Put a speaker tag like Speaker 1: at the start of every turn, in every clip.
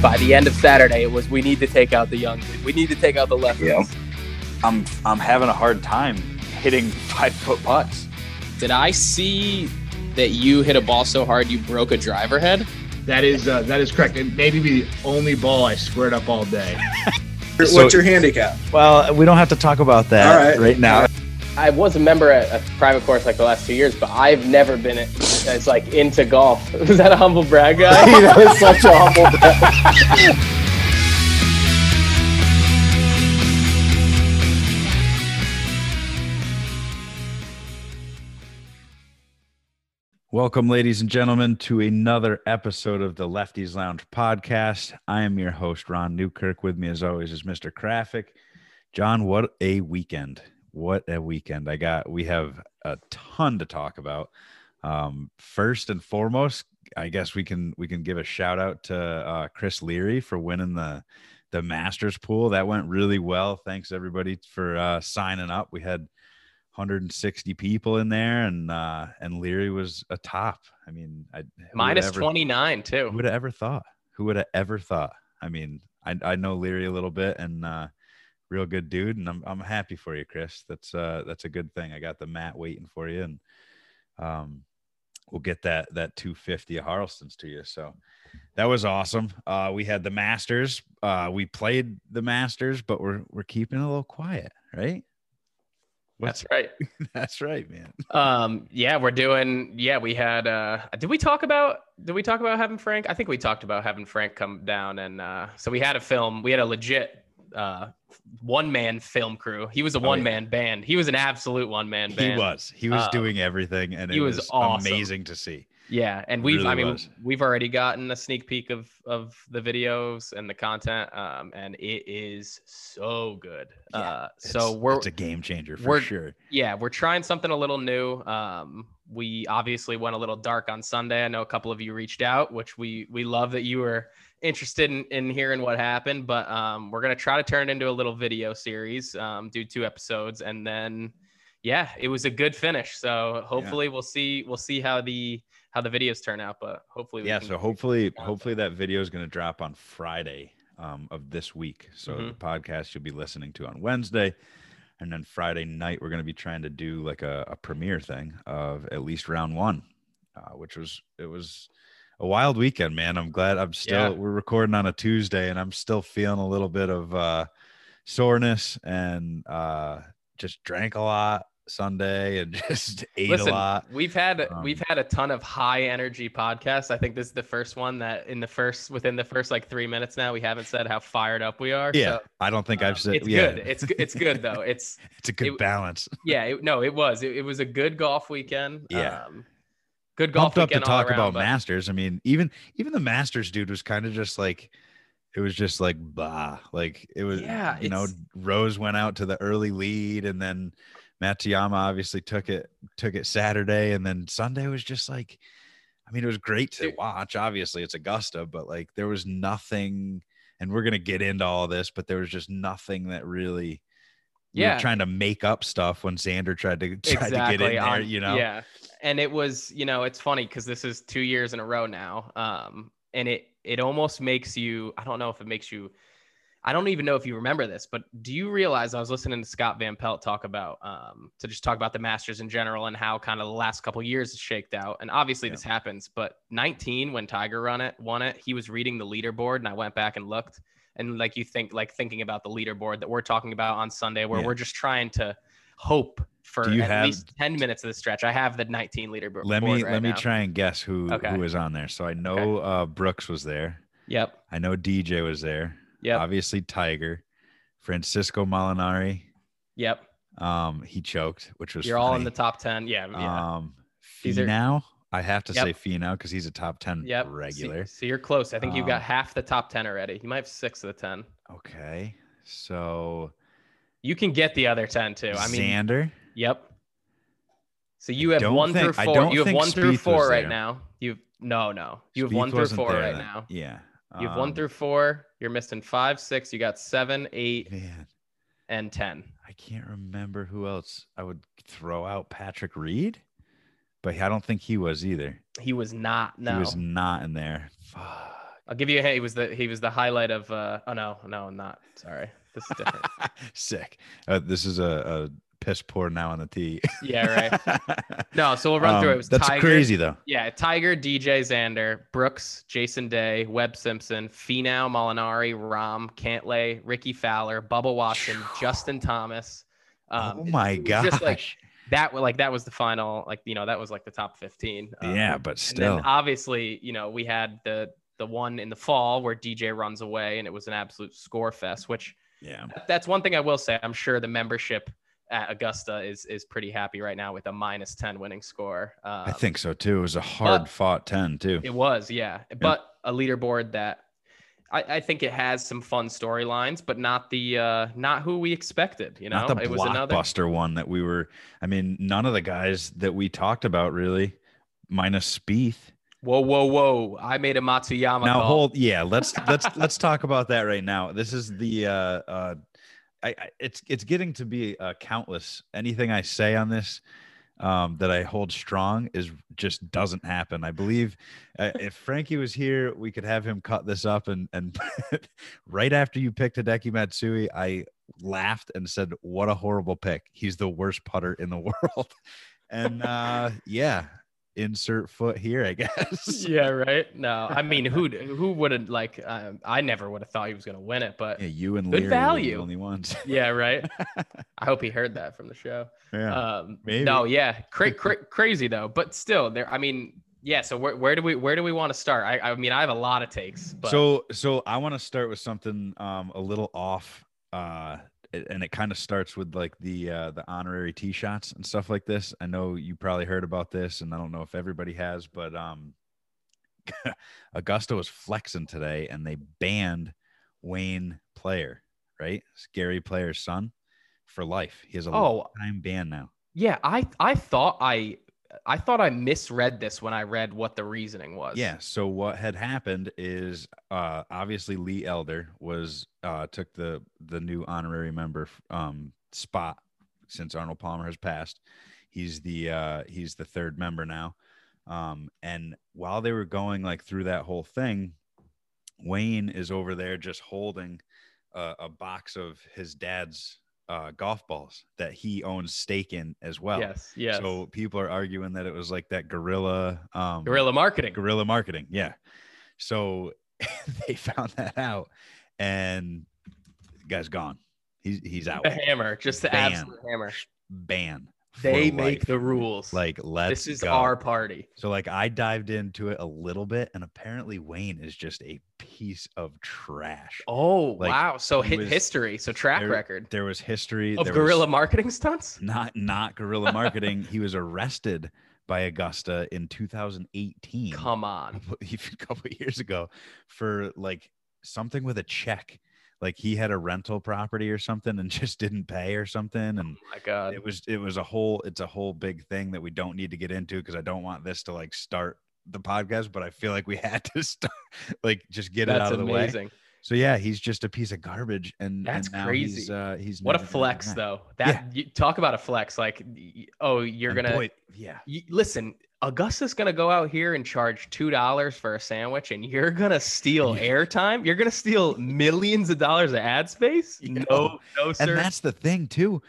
Speaker 1: by the end of Saturday, it was we need to take out the young, we need to take out the left.
Speaker 2: Yeah.
Speaker 3: I'm I'm having a hard time hitting five foot putts.
Speaker 4: Did I see that you hit a ball so hard you broke a driver head?
Speaker 5: That is uh, that is correct. It may be the only ball I squared up all day.
Speaker 6: What's
Speaker 2: So-
Speaker 6: your handicap?
Speaker 3: Well, we don't have to talk about that
Speaker 6: All right.
Speaker 3: now.
Speaker 1: I was a member at a private course like the last two years, but I've never been at, as like into golf. Was that a humble brag guy?
Speaker 2: that was such a humble.
Speaker 3: Welcome, ladies and gentlemen, to another episode of the Lefties Lounge podcast. I am your host, Ron Newkirk. With me, as always, is Mr. Krafik. John, what a weekend! What a weekend! I got. We have a ton to talk about. Um, first and foremost, I guess we can we can give a shout out to uh, Chris Leary for winning the the Masters pool. That went really well. Thanks everybody for uh, signing up. We had 160 people in there, and uh, and Leary was a top. I mean, I, who would've
Speaker 4: Minus
Speaker 3: ever-
Speaker 4: 29
Speaker 3: Who
Speaker 4: too.
Speaker 3: would have ever thought? Who would have ever thought? I mean, I, I know Leary a little bit and uh, real good dude, and I'm I'm happy for you, Chris. That's uh that's a good thing. I got the mat waiting for you, and um, we'll get that that 250 of Harleston's to you. So that was awesome. Uh, we had the Masters. Uh, we played the Masters, but we're we're keeping it a little quiet, right?
Speaker 4: That's right.
Speaker 3: That's right, man.
Speaker 4: Um, yeah, we're doing. Yeah, we had. Uh, did we talk about? Did we talk about having Frank? I think we talked about having Frank come down, and uh, so we had a film. We had a legit uh, one man film crew. He was a
Speaker 3: Oh, yeah.
Speaker 4: one man band. He was an absolute one man band.
Speaker 3: He was he was
Speaker 4: Uh,
Speaker 3: doing everything, and
Speaker 4: he
Speaker 3: it
Speaker 4: was
Speaker 3: was,
Speaker 4: awesome.
Speaker 3: amazing to see.
Speaker 4: Yeah, and we've I
Speaker 3: Really
Speaker 4: mean
Speaker 3: was.
Speaker 4: we've already gotten a sneak peek of of the videos and the content, um, and it is so good. uh, so
Speaker 3: It's-
Speaker 4: we're
Speaker 3: it's a game changer for
Speaker 4: we're-
Speaker 3: sure.
Speaker 4: yeah we're trying something a little new. Um, we obviously went a little dark on Sunday. I know a couple of you reached out, which we we love that you were interested in in hearing what happened. But um, we're gonna try to turn it into a little video series, um, do two episodes, and then yeah, it was a good finish. So hopefully we'll see we'll see how the how the videos turn out, but hopefully we
Speaker 3: yeah
Speaker 4: can-
Speaker 3: so hopefully
Speaker 4: Yeah.
Speaker 3: hopefully that video is going to drop on friday um, of this week so the
Speaker 4: Mm-hmm.
Speaker 3: podcast you'll be listening to on wednesday and then friday night we're going to be trying to do like a, a premiere thing of at least round one uh, which was it was a wild weekend man i'm glad i'm still
Speaker 4: Yeah.
Speaker 3: we're recording on a tuesday and i'm still feeling a little bit of uh, soreness and uh, just drank a lot sunday and just ate
Speaker 4: Listen,
Speaker 3: a lot
Speaker 4: we've had we've
Speaker 3: Um,
Speaker 4: had a ton of high energy podcasts. I think this is the first one that in the first within the first like three minutes now we haven't said how fired up we are.
Speaker 3: yeah
Speaker 4: so,
Speaker 3: i don't think
Speaker 4: um,
Speaker 3: i've said
Speaker 4: it's
Speaker 3: yeah
Speaker 4: good. It's g- it's good though. It's
Speaker 3: it's a good
Speaker 4: it-
Speaker 3: balance
Speaker 4: yeah. It, no, it was it, it was a good golf weekend.
Speaker 3: Yeah.
Speaker 4: Um, good golf
Speaker 3: Golfed up to
Speaker 4: weekend all
Speaker 3: talk
Speaker 4: around,
Speaker 3: about
Speaker 4: but-
Speaker 3: masters. I mean, even even the masters dude was kind of just like it was just like bah. Like it was
Speaker 4: Yeah,
Speaker 3: you know,
Speaker 4: it's-
Speaker 3: Rose went out to the early lead and then Matsuyama obviously took it took it Saturday and then Sunday was just like I mean, it was great to
Speaker 4: Dude.
Speaker 3: watch. Obviously, it's Augusta, but like there was nothing and we're gonna get into all this, but there was just nothing that really we were
Speaker 4: Yeah.
Speaker 3: trying to make up stuff when Xander tried to tried to get in there,
Speaker 4: on-
Speaker 3: you know.
Speaker 4: Um, Yeah. And it was, you know, it's funny because this is two years in a row now. Um, and it it almost makes you I don't know if it makes you I don't even know if you remember this, but do you realize I was listening to Scott Van Pelt talk about um to just talk about the Masters in general and how kind of the last couple years has shaked out. And obviously
Speaker 3: Yeah.
Speaker 4: this happens, but 19 when Tiger run it won it, he was reading the leaderboard and I went back and looked and like you think like thinking about the leaderboard that we're talking about on Sunday where
Speaker 3: Yeah.
Speaker 4: we're just trying to hope for
Speaker 3: Do you
Speaker 4: at
Speaker 3: have-
Speaker 4: least 10 minutes of the stretch. I have the 19 leader board.
Speaker 3: let me
Speaker 4: right
Speaker 3: let me
Speaker 4: now.
Speaker 3: try and guess who
Speaker 4: Okay.
Speaker 3: who was on there. So I know uh, Brooks was there.
Speaker 4: Yep.
Speaker 3: I know DJ was there.
Speaker 4: Yep.
Speaker 3: Obviously Tiger, Francisco Molinari.
Speaker 4: Yep.
Speaker 3: Um, he choked, which was
Speaker 4: You're all in the
Speaker 3: funny.
Speaker 4: top 10. Yeah. yeah.
Speaker 3: Um,
Speaker 4: These are-
Speaker 3: Finau. I have to
Speaker 4: Yep.
Speaker 3: say Finau because he's a top ten
Speaker 4: yep. So-
Speaker 3: regular.
Speaker 4: So, you're close. I think you've
Speaker 3: Um,
Speaker 4: got half the top 10 already. You might have six of the 10.
Speaker 3: Okay, so
Speaker 4: You can get the other 10 too. I mean,
Speaker 3: Xander.
Speaker 4: yep. So you have
Speaker 3: don't
Speaker 4: one
Speaker 3: think-
Speaker 4: through
Speaker 3: I
Speaker 4: four.
Speaker 3: don't
Speaker 4: You have
Speaker 3: think
Speaker 4: one through
Speaker 3: Spieth
Speaker 4: four
Speaker 3: was
Speaker 4: right
Speaker 3: there.
Speaker 4: now. You've no, no. You have
Speaker 3: Spieth
Speaker 4: one through
Speaker 3: wasn't
Speaker 4: four
Speaker 3: there
Speaker 4: right
Speaker 3: then.
Speaker 4: now.
Speaker 3: Yeah,
Speaker 4: You have one
Speaker 3: Um,
Speaker 4: through four. You're missing five, six. You got seven, eight,
Speaker 3: Man,
Speaker 4: and 10.
Speaker 3: I can't remember who else. I would throw out Patrick Reed, but I don't think he was either.
Speaker 4: He was not. No.
Speaker 3: He was not in there. Fuck.
Speaker 4: I'll give you a hint. He was the he was the highlight of. Uh, oh no, no, I'm not sorry. This is different.
Speaker 3: Sick. Uh, this is a, a piss poor now on the tee.
Speaker 4: yeah, right. No, so we'll run through it.
Speaker 3: Um,
Speaker 4: It was
Speaker 3: that's
Speaker 4: Tiger,
Speaker 3: crazy though.
Speaker 4: Yeah, Tiger, DJ Xander, Brooks, Jason Day, Webb Simpson, Finau, Molinari, Rom, Cantlay, Ricky Fowler, Bubba Watson, Justin Thomas. Um,
Speaker 3: oh my
Speaker 4: it was
Speaker 3: gosh.
Speaker 4: just, like, that wa- like that was the final. Like you know that was like the top fifteen. Um,
Speaker 3: yeah, but
Speaker 4: And then
Speaker 3: still.
Speaker 4: obviously you know we had the the one in the fall where DJ runs away and it was an absolute score fest. Which
Speaker 3: yeah.
Speaker 4: that's one thing I will say. I'm sure the membership at Augusta is is pretty happy right now with a minus ten winning score. Um,
Speaker 3: I think so too. It was a hard fought 10 too.
Speaker 4: it was, yeah. But a leaderboard that I, I think it has some fun storylines, but not the uh not who we expected. You know,
Speaker 3: Not the
Speaker 4: it was another
Speaker 3: blockbuster one that we were. I mean, none of the guys that we talked about really, minus Spieth.
Speaker 4: whoa, whoa, whoa. I made a Matsuyama.
Speaker 3: now
Speaker 4: call.
Speaker 3: hold, yeah. Let's let's let's talk about that right now. This is the uh, uh, I, I it's it's getting to be uh, countless. Anything I say on this um, that I hold strong is just doesn't happen. I believe uh, if Frankie was here, we could have him cut this up and and right after you picked Hideki Matsui, I laughed and said, "What a horrible pick! He's the worst putter in the world." And uh, yeah, insert foot here, I guess.
Speaker 4: Yeah, right. No, I mean, who who would have like? Um, I never would have thought he was gonna win it, but
Speaker 3: Yeah,
Speaker 4: yeah,
Speaker 3: you and
Speaker 4: Good
Speaker 3: Leary were
Speaker 4: value.
Speaker 3: the only ones.
Speaker 4: right. I hope he heard that from the show.
Speaker 3: Yeah.
Speaker 4: um,
Speaker 3: maybe.
Speaker 4: no, yeah, cra- cra- crazy though, but still, there. I mean, yeah. So where, where do we where do we want to start? I, I mean, I have a lot of takes, but
Speaker 3: so so I want to start with something um a little off uh a- and it kind of starts with like the uh the honorary tee shots and stuff like this. I know you probably heard about this and I don't know if everybody has but um Augusta was flexing today and they banned Wayne Player, right? Scary Player's son for life. He has a
Speaker 4: oh
Speaker 3: lifetime ban now.
Speaker 4: yeah, I I thought I I thought I misread this when I read what the reasoning was.
Speaker 3: Yeah. So what had happened is uh, obviously Lee Elder was uh, took the the new honorary member um, spot since Arnold Palmer has passed. He's the uh, he's the third member now. Um, and while they were going like through that whole thing, Wayne is over there just holding a, a box of his dad's uh, golf balls that he owns stake in as well.
Speaker 4: Yes. Yes.
Speaker 3: So people are arguing that it was like that gorilla um,
Speaker 4: Guerrilla marketing.
Speaker 3: guerrilla marketing yeah so they found that out and the guy's gone he's he's out
Speaker 4: The hammer, just the
Speaker 3: Bam.
Speaker 4: absolute hammer.
Speaker 3: ban for
Speaker 4: They make
Speaker 3: life.
Speaker 4: the rules.
Speaker 3: like let's
Speaker 4: this is
Speaker 3: go.
Speaker 4: our party.
Speaker 3: so like i dived into it a little bit and apparently wayne is just a piece of trash
Speaker 4: Oh
Speaker 3: Like,
Speaker 4: wow! So
Speaker 3: he
Speaker 4: hit
Speaker 3: was-
Speaker 4: history, so track
Speaker 3: there-
Speaker 4: record
Speaker 3: there was history
Speaker 4: of
Speaker 3: there
Speaker 4: guerrilla
Speaker 3: was
Speaker 4: marketing stunts.
Speaker 3: not not guerrilla marketing he was arrested by augusta in 2018
Speaker 4: Come on! oh
Speaker 3: couple- even a couple years ago for like something with a check. Like he had a rental property or something and just didn't pay or something. And
Speaker 4: Oh my God!
Speaker 3: it was it was a whole it's a whole big thing that we don't need to get into because I don't want this to like start the podcast, but I feel like we had to start like just get it
Speaker 4: That's
Speaker 3: out of the way.
Speaker 4: amazing.
Speaker 3: So yeah, he's just a piece of garbage and
Speaker 4: That's
Speaker 3: and now He's,
Speaker 4: crazy.
Speaker 3: uh, he's
Speaker 4: What a
Speaker 3: never gonna
Speaker 4: flex,
Speaker 3: come back.
Speaker 4: though. That you, talk about a flex. Like, y- oh, you're
Speaker 3: And
Speaker 4: gonna
Speaker 3: boy, yeah.
Speaker 4: y- listen. Augusta's gonna go out here and charge two dollars for a sandwich, and you're gonna steal
Speaker 3: Yeah.
Speaker 4: airtime. You're gonna steal millions of dollars of ad space.
Speaker 3: Yeah.
Speaker 4: No, no,
Speaker 3: And
Speaker 4: sir.
Speaker 3: that's the thing too.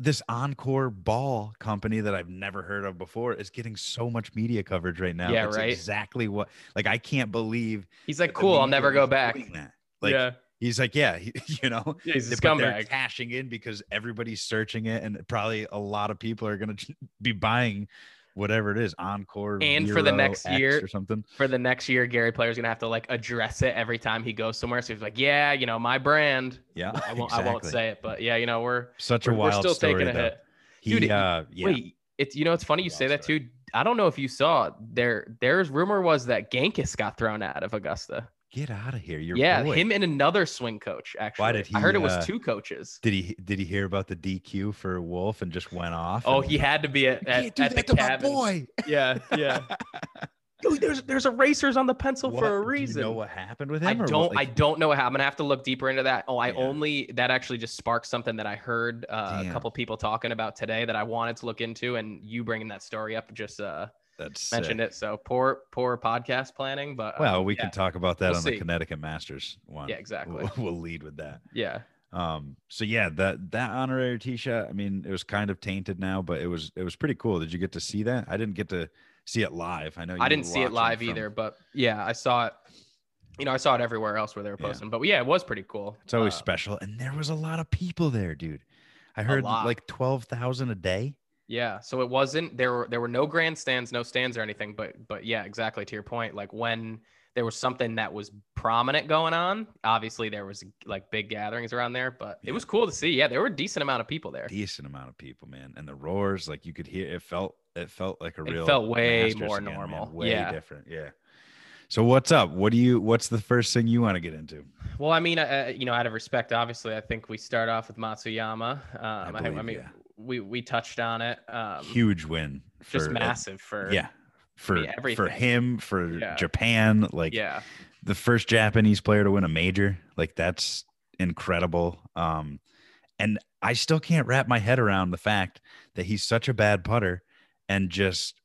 Speaker 3: This Encore Ball company that I've never heard of before is getting so much media coverage right now.
Speaker 4: Yeah,
Speaker 3: It's
Speaker 4: right.
Speaker 3: Exactly what like I can't believe.
Speaker 4: He's
Speaker 3: that
Speaker 4: like,
Speaker 3: the
Speaker 4: cool. I'll
Speaker 3: media
Speaker 4: never go
Speaker 3: is
Speaker 4: back.
Speaker 3: doing that. Like
Speaker 4: yeah,
Speaker 3: he's like, yeah, he- you know,
Speaker 4: Yeah, he's a
Speaker 3: but they're
Speaker 4: scumbag.
Speaker 3: cashing in because everybody's searching it, and probably a lot of people are going to be buying whatever it is, Encore
Speaker 4: And for the
Speaker 3: Vero
Speaker 4: next
Speaker 3: X
Speaker 4: year-
Speaker 3: or something.
Speaker 4: for the next year, Gary Player's gonna have to like address it every time he goes somewhere. So he's like, yeah, you know, my brand.
Speaker 3: Yeah,
Speaker 4: I won't. I won't
Speaker 3: exactly.
Speaker 4: say it, but yeah, you know, we're
Speaker 3: Such a
Speaker 4: we're, we're
Speaker 3: wild
Speaker 4: still
Speaker 3: story,
Speaker 4: taking a
Speaker 3: though.
Speaker 4: hit.
Speaker 3: He,
Speaker 4: Dude,
Speaker 3: uh, yeah,
Speaker 4: Wait, it's you know, it's funny you
Speaker 3: Wild
Speaker 4: say that
Speaker 3: story.
Speaker 4: too. I don't know if you saw there. There's rumor was that Gankis got thrown out of Augusta.
Speaker 3: get out of here. Your
Speaker 4: yeah,
Speaker 3: boy.
Speaker 4: him and another swing coach. Actually,
Speaker 3: did
Speaker 4: I heard
Speaker 3: he,
Speaker 4: it was
Speaker 3: uh,
Speaker 4: two coaches.
Speaker 3: Did he did he hear about the DQ for Wolf and just went off?
Speaker 4: Oh,
Speaker 3: and-
Speaker 4: he had to be at,
Speaker 3: You
Speaker 4: at,
Speaker 3: can't do
Speaker 4: at the
Speaker 3: that to my
Speaker 4: cabin.
Speaker 3: boy.
Speaker 4: Yeah, yeah. Dude, there's there's erasers on the pencil
Speaker 3: What-
Speaker 4: for a
Speaker 3: Do
Speaker 4: reason.
Speaker 3: you know what happened with him?
Speaker 4: I
Speaker 3: or what-
Speaker 4: don't. I
Speaker 3: like,
Speaker 4: don't know how. I'm gonna have to look deeper into that. Oh, I
Speaker 3: Yeah.
Speaker 4: only that actually just sparked something that I heard uh, a
Speaker 3: Damn.
Speaker 4: couple people talking about today that I wanted to look into, and you bringing that story up just uh
Speaker 3: That's
Speaker 4: mentioned it. So poor, poor podcast planning, but um,
Speaker 3: Well, we can
Speaker 4: yeah,
Speaker 3: talk about that
Speaker 4: We'll
Speaker 3: on the
Speaker 4: see.
Speaker 3: Connecticut Masters one.
Speaker 4: Yeah, exactly.
Speaker 3: We'll, we'll lead with that.
Speaker 4: yeah,
Speaker 3: Um, so yeah, that that honorary T-shirt. I mean, it was kind of tainted now, but it was it was pretty cool. Did you get to see that? I didn't get to see it live. I know you
Speaker 4: I didn't
Speaker 3: were
Speaker 4: see it
Speaker 3: watching
Speaker 4: live
Speaker 3: from-
Speaker 4: either, but yeah, I saw it. You know, I saw it everywhere else where they were
Speaker 3: Yeah.
Speaker 4: posting, but yeah, it was pretty cool.
Speaker 3: It's always
Speaker 4: Uh,
Speaker 3: special, and there was a lot of people there, dude. I heard
Speaker 4: lot.
Speaker 3: like twelve thousand a day.
Speaker 4: Yeah, so it wasn't there were there were no grandstands, no stands or anything, but but yeah, exactly to your point. Like when there was something that was prominent going on, obviously there was like big gatherings around there, but
Speaker 3: Yeah.
Speaker 4: it was cool to see. Yeah, there were a decent amount of people there.
Speaker 3: Decent amount of people, man, and the roars like you could hear. It felt it felt like a
Speaker 4: It
Speaker 3: real.
Speaker 4: felt way
Speaker 3: Masters
Speaker 4: more
Speaker 3: man.
Speaker 4: normal.
Speaker 3: Way
Speaker 4: Yeah.
Speaker 3: different. Yeah. So what's up? What do you? What's the first thing you want to get into?
Speaker 4: Well, I mean, uh, you know, out of respect, obviously, I think we start off with Matsuyama. Um, I,
Speaker 3: believe,
Speaker 4: I mean,
Speaker 3: yeah.
Speaker 4: we we touched on it. Um,
Speaker 3: Huge win. For,
Speaker 4: just
Speaker 3: uh,
Speaker 4: massive for
Speaker 3: yeah. For
Speaker 4: mean,
Speaker 3: for
Speaker 4: everything.
Speaker 3: him for
Speaker 4: Yeah.
Speaker 3: Japan like
Speaker 4: yeah
Speaker 3: the first Japanese player to win a major. Like that's incredible. Um, and I still can't wrap my head around the fact that he's such a bad putter and just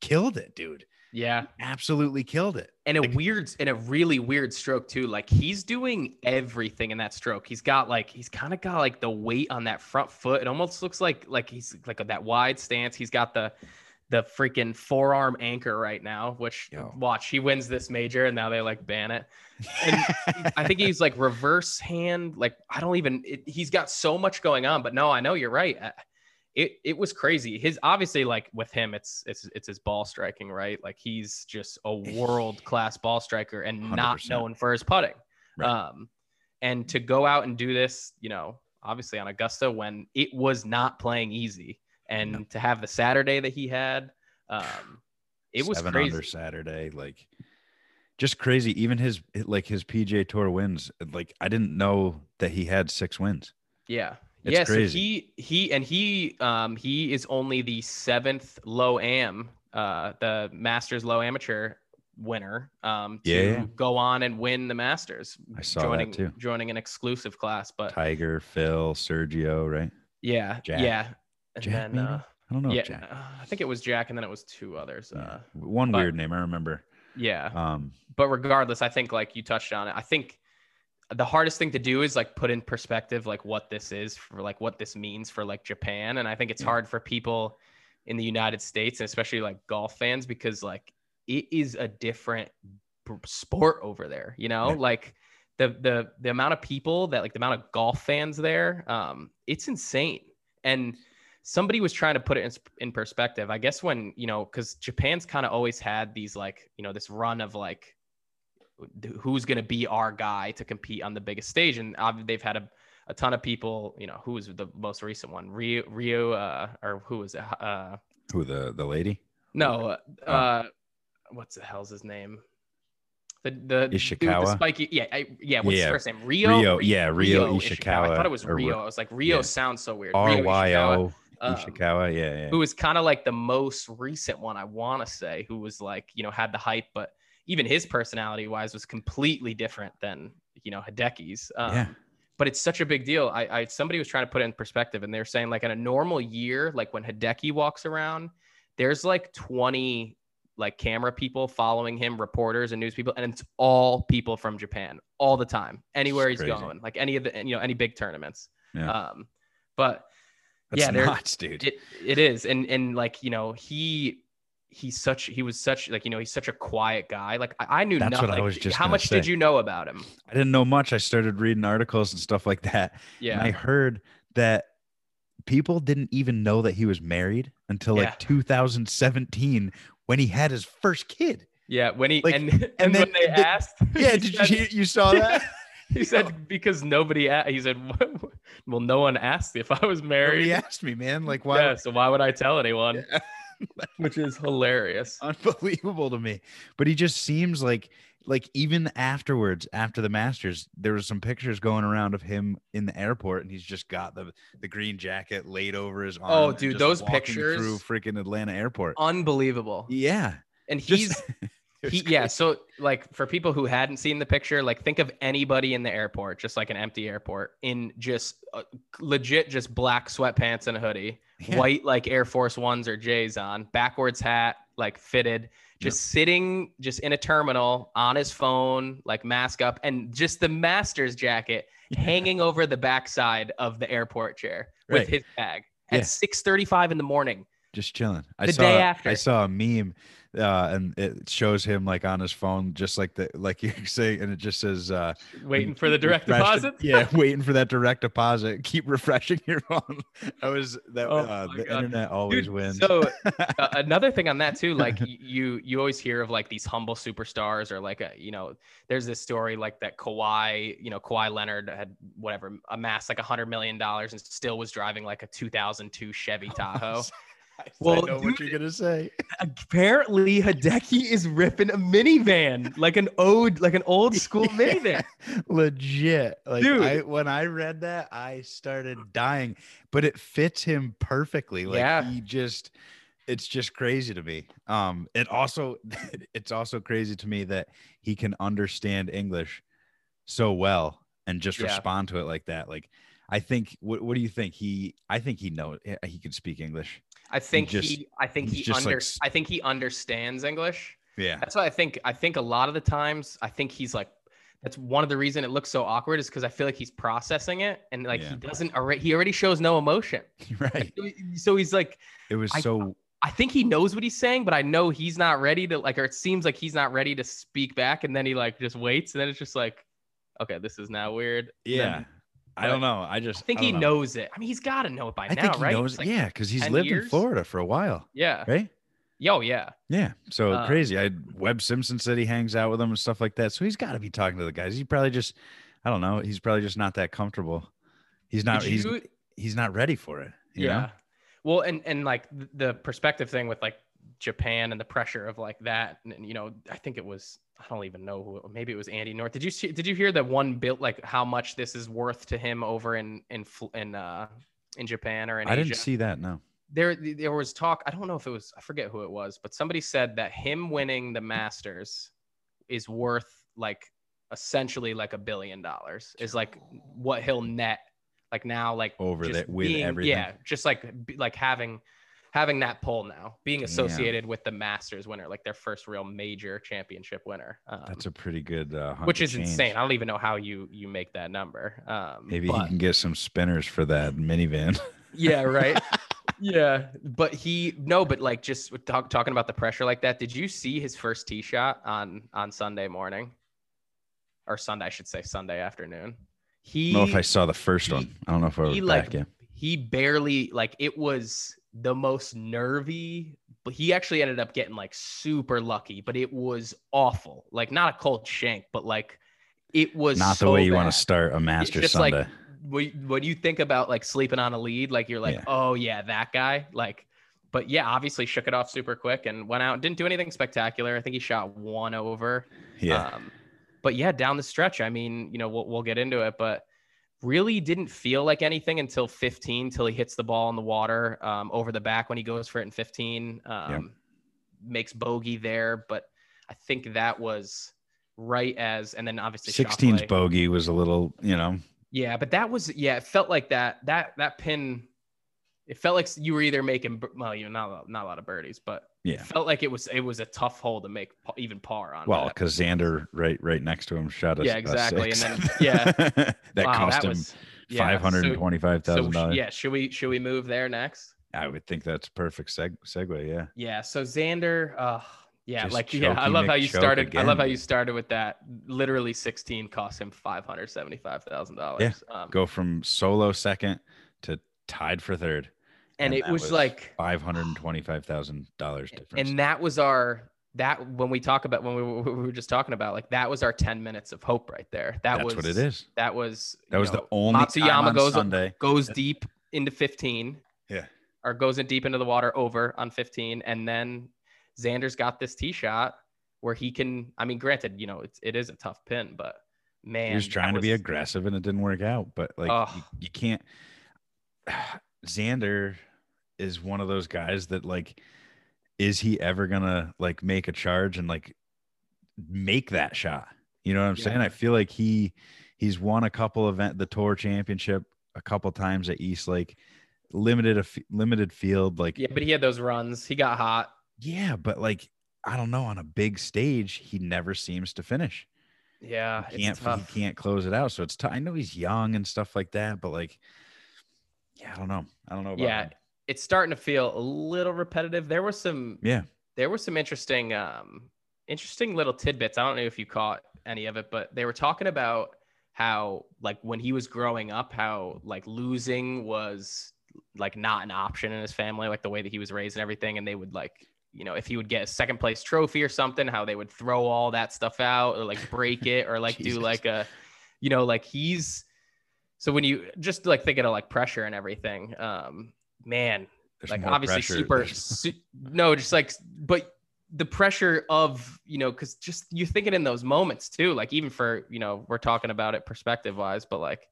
Speaker 3: killed it, dude.
Speaker 4: yeah.
Speaker 3: Absolutely killed it.
Speaker 4: and a
Speaker 3: Like-
Speaker 4: weird and a really weird stroke too like he's doing everything in that stroke he's got like he's kind of got like the weight on that front foot it almost looks like like he's like that wide stance he's got the the freaking forearm anchor right now which
Speaker 3: Yo.
Speaker 4: watch he wins this major and now they like ban it and i think he's like reverse hand like i don't even it, he's got so much going on but no i know you're right I- it it was crazy. His obviously like with him, it's it's it's his ball striking, right? Like he's just a world class ball striker and not
Speaker 3: 100%.
Speaker 4: known for his putting.
Speaker 3: Right.
Speaker 4: Um, and to go out and do this, you know, obviously on Augusta when it was not playing easy, and
Speaker 3: No.
Speaker 4: to have the Saturday that he had, um, it was
Speaker 3: Seven
Speaker 4: crazy.
Speaker 3: under Saturday, like just crazy. Even his like his PJ Tour wins. Like I didn't know that he had six wins.
Speaker 4: Yeah.
Speaker 3: It's
Speaker 4: yeah, so
Speaker 3: crazy.
Speaker 4: he he and he um he is only the seventh low am uh the Masters low amateur winner um to
Speaker 3: Yeah, yeah.
Speaker 4: go on and win the Masters
Speaker 3: I saw
Speaker 4: joining uh,
Speaker 3: that too.
Speaker 4: joining an exclusive class but
Speaker 3: Tiger, Phil, Sergio, right?
Speaker 4: yeah
Speaker 3: Jack.
Speaker 4: yeah and
Speaker 3: Jack,
Speaker 4: then
Speaker 3: maybe?
Speaker 4: uh,
Speaker 3: I don't know.
Speaker 4: yeah
Speaker 3: if Jack.
Speaker 4: uh, I think it was Jack and then it was two others
Speaker 3: Yeah.
Speaker 4: uh
Speaker 3: One
Speaker 4: but-
Speaker 3: weird name I remember.
Speaker 4: yeah
Speaker 3: Um,
Speaker 4: but regardless, I think like you touched on it. I think the hardest thing to do is like put in perspective like what this is for like what this means for like Japan. And I think it's
Speaker 3: Yeah.
Speaker 4: hard for people in the United States, and especially like golf fans, because like it is a different b- sport over there, you know?
Speaker 3: Yeah.
Speaker 4: Like the the the amount of people that like the amount of golf fans there, um, it's insane. And somebody was trying to put it in, in perspective i guess when you know because japan's kind of always had these like you know this run of like who's going to be our guy to compete on the biggest stage and ob- they've had a, a ton of people you know who was the most recent one rio rio uh, or who was it uh,
Speaker 3: who the the lady?
Speaker 4: no uh,
Speaker 3: Oh.
Speaker 4: uh what's the hell's his name the the dude,
Speaker 3: Ishikawa?
Speaker 4: the spiky yeah I, yeah what's
Speaker 3: Yeah.
Speaker 4: his first name rio
Speaker 3: Rio, yeah, Rio, Ishikawa.
Speaker 4: i thought it was
Speaker 3: or
Speaker 4: rio i was like rio
Speaker 3: yeah.
Speaker 4: sounds so weird Rio
Speaker 3: R Y
Speaker 4: Ishikawa.
Speaker 3: O
Speaker 4: Um,
Speaker 3: Ishikawa. Yeah, yeah.
Speaker 4: who was kind of like the most recent one I want to say, who was like, you know, had the hype, but even his personality wise was completely different than, you know, Hideki's. Um,
Speaker 3: yeah,
Speaker 4: But it's such a big deal. I, I, somebody was trying to put it in perspective and they're saying like in a normal year, like when Hideki walks around, there's like 20 like camera people following him, reporters and news people. And it's all people from Japan all the time, anywhere he's
Speaker 3: crazy.
Speaker 4: going, like any of the, you know, any big tournaments.
Speaker 3: Yeah.
Speaker 4: Um, but
Speaker 3: that's
Speaker 4: yeah, there-
Speaker 3: nuts, dude.
Speaker 4: it it is and and like you know he he's such he was such like you know he's such a quiet guy like i, I knew
Speaker 3: That's
Speaker 4: nothing
Speaker 3: what I was just
Speaker 4: how
Speaker 3: gonna
Speaker 4: much did
Speaker 3: say.
Speaker 4: you know about him
Speaker 3: I didn't know much. I started reading articles and stuff like that.
Speaker 4: yeah
Speaker 3: And I heard that people didn't even know that he was married until
Speaker 4: Yeah.
Speaker 3: like 2017 when he had his first kid.
Speaker 4: yeah when he
Speaker 3: like,
Speaker 4: and, and,
Speaker 3: and
Speaker 4: when
Speaker 3: then-
Speaker 4: they
Speaker 3: the-
Speaker 4: asked
Speaker 3: Yeah,
Speaker 4: he
Speaker 3: did you
Speaker 4: said-
Speaker 3: hear- you saw that?
Speaker 4: he said because nobody a- he said well no one asked if i was married
Speaker 3: Nobody
Speaker 4: yeah,
Speaker 3: asked me, man. Like, why?
Speaker 4: so why would i tell anyone which is hilarious
Speaker 3: unbelievable to me. But he just seems like like even afterwards, after the Masters, there was some pictures going around of him in the airport, and he's just got the the green jacket laid over his arm.
Speaker 4: Oh,
Speaker 3: and
Speaker 4: dude,
Speaker 3: just
Speaker 4: those
Speaker 3: walking
Speaker 4: pictures- Oh.
Speaker 3: through freaking Atlanta airport.
Speaker 4: unbelievable
Speaker 3: yeah,
Speaker 4: and
Speaker 3: just-
Speaker 4: he's
Speaker 3: it
Speaker 4: he,
Speaker 3: was
Speaker 4: yeah
Speaker 3: crazy.
Speaker 4: so like for people who hadn't seen the picture like think of anybody in the airport just like an empty airport in just uh, legit just black sweatpants and a hoodie
Speaker 3: Yeah.
Speaker 4: white like air force ones or j's on backwards hat like fitted, just sitting just in a terminal on his phone, like mask up, and just the master's jacket hanging over the backside of the airport chair
Speaker 3: Right.
Speaker 4: with his bag
Speaker 3: Yeah.
Speaker 4: at six thirty-five in the morning.
Speaker 3: just chilling. I
Speaker 4: The
Speaker 3: saw
Speaker 4: day after.
Speaker 3: I saw a meme, uh, and it shows him like on his phone, just like the like you say, and it just says uh,
Speaker 4: Waiting for the direct
Speaker 3: refresh-
Speaker 4: deposit.
Speaker 3: Yeah, waiting for that direct deposit. Keep refreshing your phone. I was that
Speaker 4: Oh
Speaker 3: uh,
Speaker 4: my
Speaker 3: the
Speaker 4: God.
Speaker 3: internet always
Speaker 4: Dude,
Speaker 3: wins.
Speaker 4: So uh, another thing on that too, like y- you you always hear of like these humble superstars or like a, you know, there's this story like that Kawhi, you know, Kawhi Leonard had whatever amassed like a hundred million dollars and still was driving like a 2002 Chevy Tahoe.
Speaker 3: well,
Speaker 4: well,
Speaker 3: I know what you're gonna say.
Speaker 4: Apparently, Hideki is ripping a minivan, like an old like an old school minivan.
Speaker 3: Legit, like
Speaker 4: Dude.
Speaker 3: I, when I read that, I started dying. But it fits him perfectly. Like
Speaker 4: Yeah.
Speaker 3: he just, it's just crazy to me. Um, it also, it's also crazy to me that he can understand English so well and just
Speaker 4: Yeah.
Speaker 3: respond to it like that. Like, I think. What, what do you think? He, I think he knows he could speak English.
Speaker 4: I think
Speaker 3: just-
Speaker 4: he I think
Speaker 3: he's
Speaker 4: he
Speaker 3: just, like,
Speaker 4: under
Speaker 3: s-
Speaker 4: I think he understands English.
Speaker 3: Yeah.
Speaker 4: That's why I think I think a lot of the times I think he's like that's one of the reason it looks so awkward is because I feel like he's processing it and like
Speaker 3: Yeah.
Speaker 4: he doesn't already he already shows no emotion.
Speaker 3: Right.
Speaker 4: So he's like
Speaker 3: It was
Speaker 4: I-
Speaker 3: so
Speaker 4: I think he knows what he's saying, but I know he's not ready to like or it seems like he's not ready to speak back and then he like just waits and then it's just like okay this is now weird. And then
Speaker 3: yeah. I
Speaker 4: but
Speaker 3: don't know. I just
Speaker 4: I think
Speaker 3: don't
Speaker 4: he
Speaker 3: know.
Speaker 4: knows it. I mean he's got to know it by
Speaker 3: I
Speaker 4: now,
Speaker 3: think he
Speaker 4: right?
Speaker 3: knows.
Speaker 4: It's like,
Speaker 3: yeah, because he's
Speaker 4: 10
Speaker 3: lived in
Speaker 4: years?
Speaker 3: Florida for a while,
Speaker 4: Yeah.
Speaker 3: right?
Speaker 4: Yo, yeah.
Speaker 3: Yeah. So
Speaker 4: Uh,
Speaker 3: crazy. I Webb Simpson said he hangs out with them and stuff like that. So he's got to be talking to the guys. He probably just, I don't know. He's probably just not that comfortable. He's not.
Speaker 4: Did
Speaker 3: He's
Speaker 4: you-
Speaker 3: he's not ready for it. You
Speaker 4: yeah
Speaker 3: Know?
Speaker 4: well and and like th- the perspective thing with like japan and the pressure of like that and, and, you know i think it was i don't even know who it- maybe it was andy north did you see did you hear that one bill like how much this is worth to him over in in Fl- in uh in japan or in
Speaker 3: I
Speaker 4: Asia?
Speaker 3: didn't see that.
Speaker 4: Um,
Speaker 3: No.
Speaker 4: there there was talk i don't know if it was i forget who it was but somebody said that him winning the masters is worth like essentially like a billion dollars is like what he'll net like now like
Speaker 3: Over
Speaker 4: just
Speaker 3: there with
Speaker 4: being-
Speaker 3: everything.
Speaker 4: yeah just like b- like having having that pull now being
Speaker 3: Damn.
Speaker 4: associated with the masters winner like their first real major championship winner um,
Speaker 3: That's a pretty good. Uh, hunk
Speaker 4: which
Speaker 3: of
Speaker 4: is
Speaker 3: change.
Speaker 4: insane i don't even know how you you make that number um
Speaker 3: Maybe
Speaker 4: but-
Speaker 3: he can get some spinners for that minivan.
Speaker 4: yeah, right. yeah, but he no, but like just talk, talking about the pressure like that. Did you see his first tee shot on on Sunday morning, or Sunday? I should say Sunday afternoon.
Speaker 3: I
Speaker 4: He
Speaker 3: don't know if I saw the first
Speaker 4: he-
Speaker 3: one. I don't know if I was
Speaker 4: he
Speaker 3: back
Speaker 4: like
Speaker 3: in.
Speaker 4: he barely like it was the most nervy. But he actually ended up getting like super lucky. But it was awful. Like not a cold shank, but like it was
Speaker 3: Not the
Speaker 4: so
Speaker 3: way you
Speaker 4: bad
Speaker 3: want to start a master
Speaker 4: just like-
Speaker 3: Sunday.
Speaker 4: when when you think about like sleeping on a lead, like you're like,
Speaker 3: Yeah.
Speaker 4: oh yeah, that guy. Like, but yeah, obviously shook it off super quick and went out. Didn't do anything spectacular. I think he shot one over.
Speaker 3: yeah.
Speaker 4: Um, but yeah, down the stretch, I mean, you know, we'll we'll get into it, but really didn't feel like anything until 15, till he hits the ball in the water um, over the back when he goes for it in 15. Um, Makes bogey there, but I think that was right as, and then obviously
Speaker 3: 16's
Speaker 4: Schauffele-
Speaker 3: bogey was a little, you know,
Speaker 4: yeah, but that was yeah. It felt like that that that pin. It felt like you were either making b- well, you know, not a- not a lot of birdies, but
Speaker 3: yeah.
Speaker 4: it felt like it was it was a tough hole to make pa- even par on.
Speaker 3: Well,
Speaker 4: but-
Speaker 3: because Xander right right next to him shot us.
Speaker 4: Yeah, exactly, and then- yeah.
Speaker 3: yeah, uh, that
Speaker 4: wow,
Speaker 3: cost him
Speaker 4: was- yeah,
Speaker 3: five hundred and twenty-five
Speaker 4: so- so
Speaker 3: thousand
Speaker 4: sh-
Speaker 3: dollars.
Speaker 4: Yeah, should we should we move there next?
Speaker 3: I would think that's a perfect seg- segue. Yeah,
Speaker 4: Yeah. So Xander, uh, yeah,
Speaker 3: Just
Speaker 4: like yeah, I
Speaker 3: chokey
Speaker 4: love how you
Speaker 3: McChoke
Speaker 4: started. I love
Speaker 3: again.
Speaker 4: how you started with that. Literally, sixteen cost him five hundred seventy-five thousand dollars. Um,
Speaker 3: go from solo second to tied for third.
Speaker 4: and,
Speaker 3: and
Speaker 4: it
Speaker 3: that
Speaker 4: was,
Speaker 3: was-
Speaker 4: like
Speaker 3: Five hundred and twenty-five thousand dollars difference.
Speaker 4: and that was our that when we talk about when we, were- we were just talking about like that was our 10 minutes of hope right there that
Speaker 3: that's
Speaker 4: was
Speaker 3: what it is.
Speaker 4: that was
Speaker 3: That
Speaker 4: you
Speaker 3: was
Speaker 4: know,
Speaker 3: the only time
Speaker 4: Matsuyama
Speaker 3: on
Speaker 4: goes-
Speaker 3: Sunday.
Speaker 4: goes deep into 15
Speaker 3: Yeah.
Speaker 4: or goes in deep into the water over on 15 and then xander's got this tee shot where he can i mean granted you know it's, it is a tough pin but man
Speaker 3: he was
Speaker 4: that
Speaker 3: trying to be
Speaker 4: was-
Speaker 3: aggressive and it didn't work out. But like you,
Speaker 4: Ugh.
Speaker 3: you can't Xander is one of those guys that like is he ever gonna like make a charge and like make that shot? You know what I'm
Speaker 4: Yeah.
Speaker 3: saying? I feel like he he's won a couple event the tour championship a couple times at East Lake, limited a f- limited field, like
Speaker 4: yeah but he had those runs he got hot
Speaker 3: Yeah, but like I don't know, on a big stage, he never seems to finish.
Speaker 4: Yeah,
Speaker 3: He can't he can't close it out. So it's t- I know he's young and stuff like that, but like yeah, I don't know. I don't know about
Speaker 4: Yeah.
Speaker 3: him.
Speaker 4: It's starting to feel a little repetitive. There was some
Speaker 3: Yeah.
Speaker 4: there were some interesting um interesting little tidbits. I don't know if you caught any of it, but they were talking about how like when he was growing up, how like losing was like not an option in his family, like the way that he was raised and everything, and they would like you know, if he would get a second place trophy or something, how they would throw all that stuff out or like break it or like do
Speaker 3: Jesus.
Speaker 4: like a, you know, like he's so when you just like thinking of like pressure and everything, um, man,
Speaker 3: There's
Speaker 4: like
Speaker 3: more
Speaker 4: obviously
Speaker 3: pressure.
Speaker 4: super
Speaker 3: There's-
Speaker 4: su- no just like but the pressure of you know because just you're thinking in those moments too like even for you know we're talking about it perspective wise but like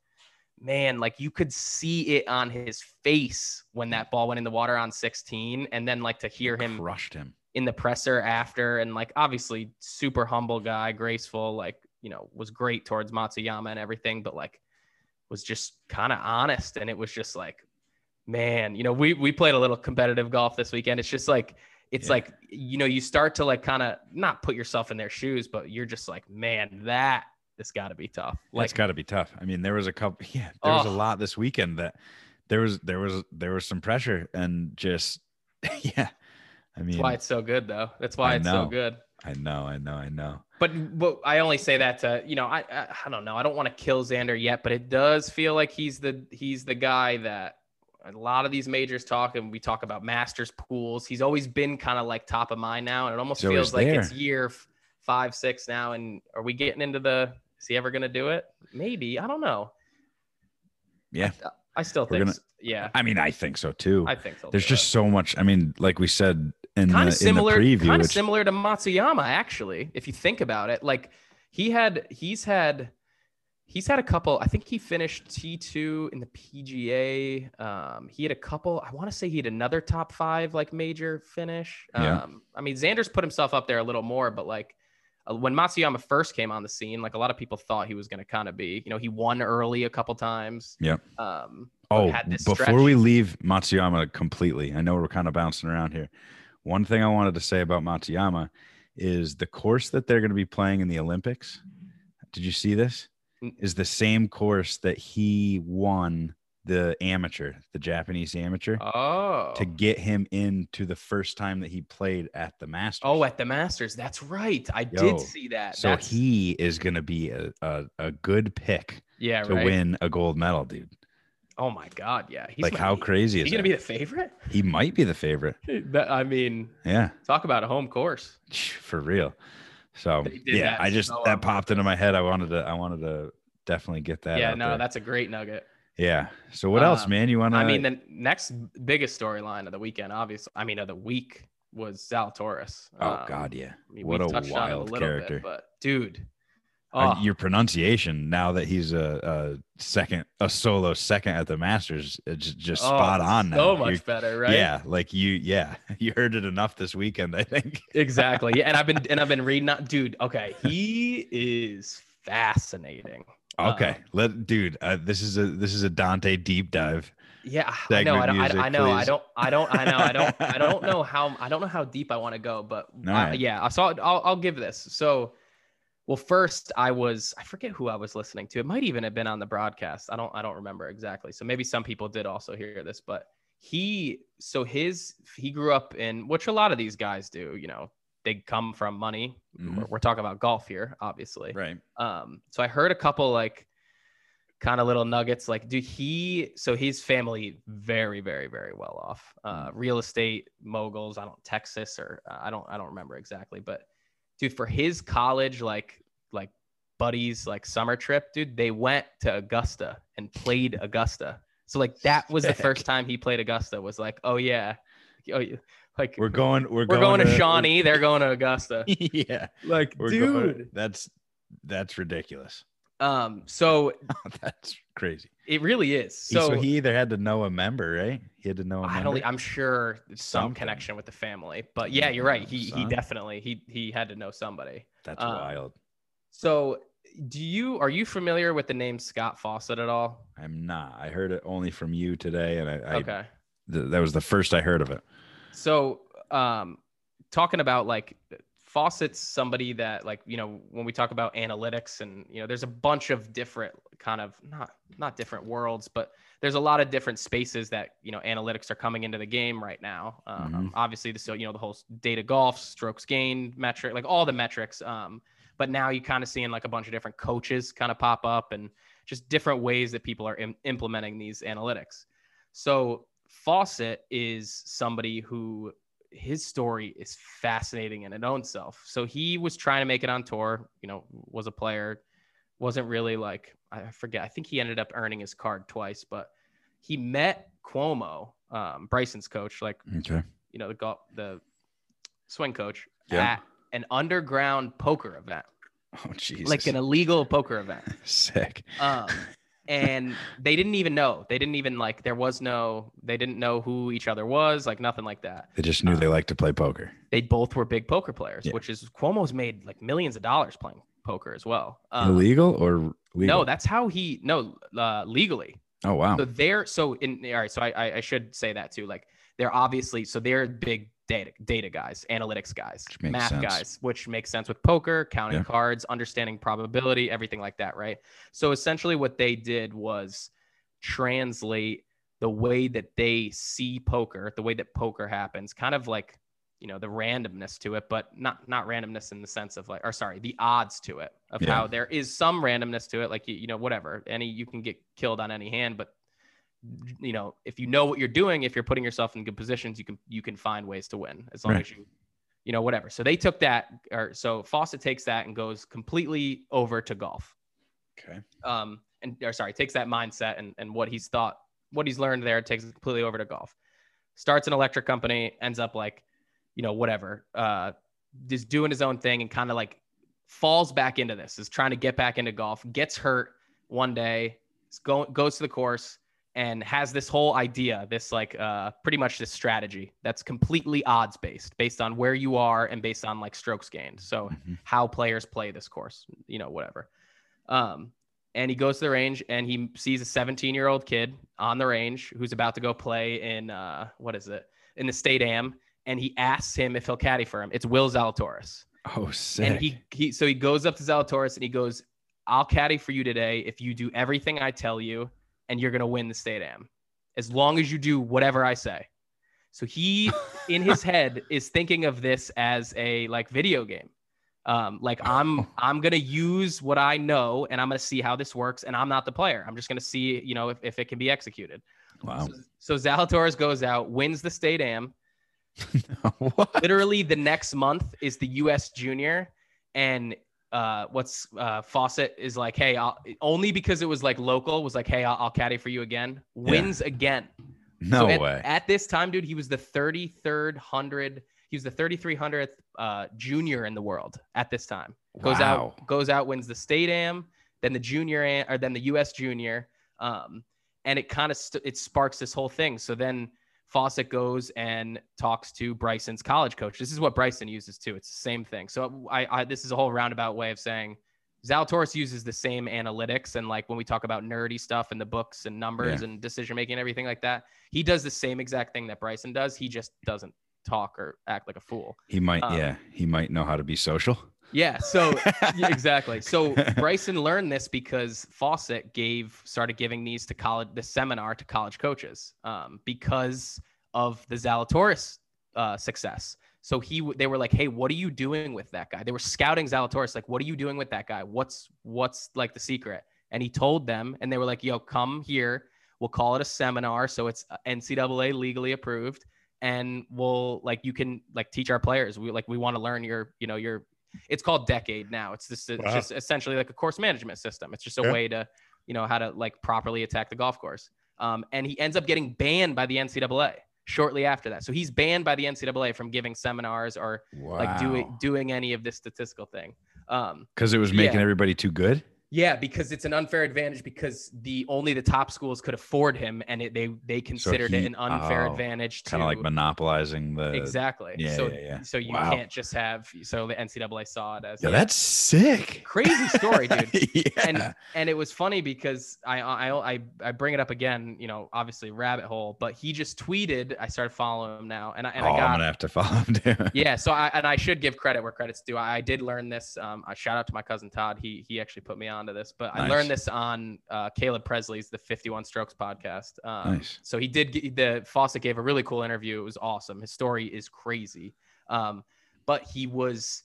Speaker 4: man like you could see it on his face when
Speaker 3: Mm.
Speaker 4: that ball went in the water on 16 and then like to hear him
Speaker 3: crushed him.
Speaker 4: in the presser after and like obviously super humble guy graceful like you know was great towards matsuyama and everything but like was just kind of honest and it was just like man you know we we played a little competitive golf this weekend it's just like it's
Speaker 3: Yeah.
Speaker 4: like you know you start to like kind of not put yourself in their shoes but you're just like man that has got to be tough
Speaker 3: That's
Speaker 4: like
Speaker 3: got to be tough. I mean, there was a couple. Yeah, there was a
Speaker 4: Oh.
Speaker 3: lot this weekend that there was there was there was some pressure and just yeah. I mean,
Speaker 4: that's why it's so good though that's why
Speaker 3: I
Speaker 4: it's
Speaker 3: know.
Speaker 4: so good
Speaker 3: I know, I know, I know.
Speaker 4: But but I only say that to you know I I, I don't know I don't want to kill Xander yet, but it does feel like he's the he's the guy that a lot of these majors talk and we talk about Masters pools. He's always been kind of like top of mind now, and it almost
Speaker 3: He's always
Speaker 4: feels like
Speaker 3: there.
Speaker 4: it's year f- five six now. And are we getting into the? Is he ever going to do it? Maybe I don't know.
Speaker 3: Yeah.
Speaker 4: I still
Speaker 3: We're
Speaker 4: think
Speaker 3: gonna-
Speaker 4: so. yeah.
Speaker 3: I mean, I think so too.
Speaker 4: I think so.
Speaker 3: There's just so much. I mean, like we said in the,
Speaker 4: kind of similar,
Speaker 3: in the preview,
Speaker 4: kind of
Speaker 3: it's-
Speaker 4: similar to Matsuyama, actually. If you think about it, like he had, he's had, he's had a couple. I think he finished T two in the PGA. Um, he had a couple. I want to say he had another top five like major finish. Um,
Speaker 3: Yeah.
Speaker 4: I mean, Xander's put himself up there a little more, but like. uh, When Matsuyama first came on the scene, like a lot of people thought he was going to kind of be, you know, he won early a couple times.
Speaker 3: Yeah.
Speaker 4: Um,
Speaker 3: oh,
Speaker 4: had this
Speaker 3: before
Speaker 4: stretch.
Speaker 3: we leave Matsuyama completely, I know we're kind of bouncing around here. One thing I wanted to say about Matsuyama is the course that they're going to be playing in the Olympics. Did you see this?
Speaker 4: Mm.
Speaker 3: Is the same course that he won the amateur, the Japanese amateur,
Speaker 4: oh.
Speaker 3: to get him into the first time that he played at the Masters.
Speaker 4: Oh, at the Masters. That's right. I
Speaker 3: Yo,
Speaker 4: did see that.
Speaker 3: so
Speaker 4: That's,
Speaker 3: he is going to be a, a, a good pick
Speaker 4: yeah,
Speaker 3: to
Speaker 4: right.
Speaker 3: win a gold medal, dude.
Speaker 4: Oh my God, yeah. He's
Speaker 3: like,
Speaker 4: gonna
Speaker 3: how
Speaker 4: be,
Speaker 3: crazy
Speaker 4: Is
Speaker 3: is
Speaker 4: he gonna
Speaker 3: that?
Speaker 4: be the favorite?
Speaker 3: he might be the favorite.
Speaker 4: That- I mean,
Speaker 3: Yeah,
Speaker 4: talk about a home course.
Speaker 3: for real. So
Speaker 4: They did
Speaker 3: yeah,
Speaker 4: that
Speaker 3: I just
Speaker 4: so
Speaker 3: that
Speaker 4: unbelievable.
Speaker 3: popped into my head. I wanted to. I wanted to definitely get that.
Speaker 4: yeah,
Speaker 3: out
Speaker 4: no,
Speaker 3: there.
Speaker 4: that's a great nugget.
Speaker 3: yeah. So what else,
Speaker 4: Um,
Speaker 3: man? You want to?
Speaker 4: I mean, the next biggest storyline of the weekend, obviously, I mean, of the week was Zal Torres.
Speaker 3: oh
Speaker 4: Um,
Speaker 3: God, yeah.
Speaker 4: I mean,
Speaker 3: what
Speaker 4: we
Speaker 3: a
Speaker 4: touched on it
Speaker 3: wild
Speaker 4: little
Speaker 3: character.
Speaker 4: Bit, but dude,
Speaker 3: Uh,
Speaker 4: oh,
Speaker 3: your pronunciation now that he's a, a second, a solo second at the Masters, it's just, just
Speaker 4: oh,
Speaker 3: spot on now.
Speaker 4: So
Speaker 3: You-
Speaker 4: much better, right?
Speaker 3: Yeah, like you, yeah, you heard it enough this weekend, I think.
Speaker 4: exactly. Yeah, and I've been and I've been reading. Not, dude, okay, he is fascinating.
Speaker 3: Okay,
Speaker 4: Uh-oh.
Speaker 3: let dude, uh, this is a this is a Dante deep dive.
Speaker 4: Yeah, I know. I don't.
Speaker 3: segment
Speaker 4: I, I
Speaker 3: music,
Speaker 4: know. I
Speaker 3: please.
Speaker 4: don't. I don't. I know. I don't. I don't know how. I don't know how deep I want to go, but
Speaker 3: All
Speaker 4: I-
Speaker 3: right.
Speaker 4: yeah. I saw. I'll, I'll give this. So, well, first I was. I forget who I was listening to. It might even have been on the broadcast. I don't. I don't remember exactly. So maybe some people did also hear this, but he. So his. He grew up in which a lot of these guys do. You know, they come from money.
Speaker 3: Mhm.
Speaker 4: We're, we're talking about golf here, obviously.
Speaker 3: Right.
Speaker 4: Um, so I heard a couple like kind of little nuggets. Like, dude, he so his family very, very, very well off. Uh,
Speaker 3: Hmm.
Speaker 4: real estate moguls. I don't Texas or uh, I don't I don't remember exactly, but dude, for his college like like buddies like summer trip, dude, they went to Augusta and played Augusta. So like that was the
Speaker 3: Sick.
Speaker 4: first time he played Augusta. Was like, oh yeah, oh yeah. like
Speaker 3: We're going. We're,
Speaker 4: we're going, to, Shawnee. They're going to Augusta.
Speaker 3: yeah.
Speaker 4: like,
Speaker 3: We're
Speaker 4: dude.
Speaker 3: going. That's that's ridiculous.
Speaker 4: Um. So
Speaker 3: that's crazy.
Speaker 4: It really is.
Speaker 3: He- So,
Speaker 4: So,
Speaker 3: he either had to know a member, right? He had to know a
Speaker 4: I
Speaker 3: member.
Speaker 4: don't. e, I'm sure some
Speaker 3: Oh, Something.
Speaker 4: connection with the family, but yeah, you're right. He he
Speaker 3: Son.
Speaker 4: definitely he he had to know somebody.
Speaker 3: that's
Speaker 4: um,
Speaker 3: wild.
Speaker 4: So do you are you familiar with the name Scott Fawcett at all?
Speaker 3: I'm not. I heard it only from you today, and I, I
Speaker 4: okay.
Speaker 3: th- that was the first I heard of it.
Speaker 4: So um talking about like Fawcett's somebody that like you know when we talk about analytics and you know there's a bunch of different kind of not not different worlds, but there's a lot of different spaces that you know analytics are coming into the game right now. Um,
Speaker 3: Mhm.
Speaker 4: Obviously, the so you know the whole data golf, strokes gained metric, like all the metrics. Um, but now you kind of seeing like a bunch of different coaches kind of pop up and just different ways that people are im- implementing these analytics. So Fawcett is somebody who his story is fascinating in its own self. So he was trying to make it on tour, you know, was a player, wasn't really like I forget. I think he ended up earning his card twice, but he met Cuomo, um, Bryson's coach, like
Speaker 3: Okay.
Speaker 4: you know the golf, the swing coach,
Speaker 3: Yeah.
Speaker 4: at an underground poker event,
Speaker 3: Oh Jesus.
Speaker 4: like an illegal poker event.
Speaker 3: Sick.
Speaker 4: Um, and they didn't even know. They didn't even like. There was no. They didn't know who each other was. Like nothing like that.
Speaker 3: They just knew they liked to play poker.
Speaker 4: They both were big poker players,
Speaker 3: Yeah.
Speaker 4: which is Cuomo's made like millions of dollars playing poker as well. Um,
Speaker 3: Illegal or legal?
Speaker 4: No, that's how he. No, uh, legally.
Speaker 3: oh wow.
Speaker 4: So they're so in. All right. So I, I I should say that too. Like they're obviously so they're big data data guys, analytics guys,
Speaker 3: Which makes
Speaker 4: math
Speaker 3: sense.
Speaker 4: guys, which makes sense with poker, counting
Speaker 3: Yeah.
Speaker 4: cards, understanding probability, everything like that, right? So essentially, what they did was translate the way that they see poker, the way that poker happens, kind of like you know the randomness to it, but not not randomness in the sense of like, or sorry, the odds to it of
Speaker 3: Yeah.
Speaker 4: how there is some randomness to it, like you, you know whatever, any you can get killed on any hand, but you know if you know what you're doing, if you're putting yourself in good positions, you can you can find ways to win as long
Speaker 3: Right.
Speaker 4: as you you know whatever. So they took that, or so Fawcett takes that and goes completely over to golf
Speaker 3: okay.
Speaker 4: um, and or sorry, takes that mindset and, and what he's thought, what he's learned there, takes it completely over to golf. Starts an electric company, ends up like, you know, whatever, uh, just doing his own thing and kind of like falls back into this, is trying to get back into golf, gets hurt one day, is go, goes to the course and has this whole idea, this like uh, pretty much this strategy that's completely odds based, based on where you are and based on like strokes gained. So
Speaker 3: Mhm.
Speaker 4: how players play this course, you know, whatever. Um, and he goes to the range and he sees a 17 year old kid on the range who's about to go play in uh, what is it in the state am and he asks him if he'll caddy for him it's will zalatoris
Speaker 3: Oh sick.
Speaker 4: and he, he so he goes up to zalatoris and he goes i'll caddy for you today if you do everything i tell you and you're going to win the state am as long as you do whatever i say so he in his head is thinking of this as a like video game um, like i'm i'm gonna use what i know and i'm gonna see how this works and i'm not the player i'm just gonna see you know if, if it can be executed
Speaker 3: wow.
Speaker 4: so zalatoris goes out wins the state am
Speaker 3: what?
Speaker 4: literally the next month is the us junior and uh, what's uh, Fawcett is like, hey, I'll, only because it was like local was like, hey, I'll, I'll caddy for you again.
Speaker 3: Yeah.
Speaker 4: Wins again.
Speaker 3: No
Speaker 4: So at,
Speaker 3: way.
Speaker 4: At this time, dude, he was the 33rd hundred. He was the 3300th uh, junior in the world at this time. Goes
Speaker 3: wow.
Speaker 4: out, goes out, wins the state am, then the junior am, or then the U.S. junior. Um, and it kind of st- it sparks this whole thing. So then Fawcett goes and talks to Bryson's college coach. This is what Bryson uses too. It's the same thing. So I, I this is a whole roundabout way of saying Zalatoris uses the same analytics and like when we talk about nerdy stuff and the books and numbers and decision making and everything like that, he does the same exact thing that Bryson does. He just doesn't talk or act like a fool.
Speaker 3: He might.
Speaker 4: um,
Speaker 3: yeah. He might know how to be social.
Speaker 4: Yeah. So yeah, exactly. So Bryson learned this because Fawcett gave started giving these to college the seminar to college coaches um, because of the Zalatoris uh, success. So he w- they were like, hey, what are you doing with that guy? They were scouting Zalatoris like, what are you doing with that guy? What's what's like the secret? And he told them, and they were like, yo, come here. We'll call it a seminar, so it's uh, NCAA legally approved, and we'll like you can like teach our players. We like we want to learn your you know your it's called decade now it's just it's
Speaker 2: Wow.
Speaker 4: just essentially like a course management system it's just a
Speaker 2: Yeah.
Speaker 4: way to you know how to like properly attack the golf course um, and he ends up getting banned by the ncaa shortly after that so he's banned by the ncaa from giving seminars or
Speaker 3: Wow.
Speaker 4: like doing doing any of this statistical thing um,
Speaker 3: because it was making
Speaker 4: yeah.
Speaker 3: everybody too good.
Speaker 4: Yeah, because it's an unfair advantage because the only the top schools could afford him, and it, they they considered
Speaker 3: he-
Speaker 4: it an unfair
Speaker 3: oh,
Speaker 4: advantage to
Speaker 3: kind of like monopolizing the.
Speaker 4: exactly.
Speaker 3: yeah,
Speaker 4: so
Speaker 3: yeah, yeah.
Speaker 4: so you
Speaker 3: Wow.
Speaker 4: can't just have so the NCAA saw it as
Speaker 3: Yeah, that's sick.
Speaker 4: crazy story, dude.
Speaker 3: yeah.
Speaker 4: and and it was funny because I, I I I bring it up again, you know, obviously rabbit hole, but he just tweeted. I started following him now, and I and
Speaker 3: oh,
Speaker 4: I
Speaker 3: I'm
Speaker 4: got
Speaker 3: gonna have to follow him down.
Speaker 4: yeah. So I and I should give credit where credits due. I, I did learn this. Um, I shout out to my cousin Todd. He he actually put me onto this, but I
Speaker 3: Nice.
Speaker 4: learned this on uh, Caleb Presley's the 51 Strokes podcast. Um,
Speaker 3: Nice.
Speaker 4: So he did get, the Fawcett gave a really cool interview. It was awesome. His story is crazy. Um, but he was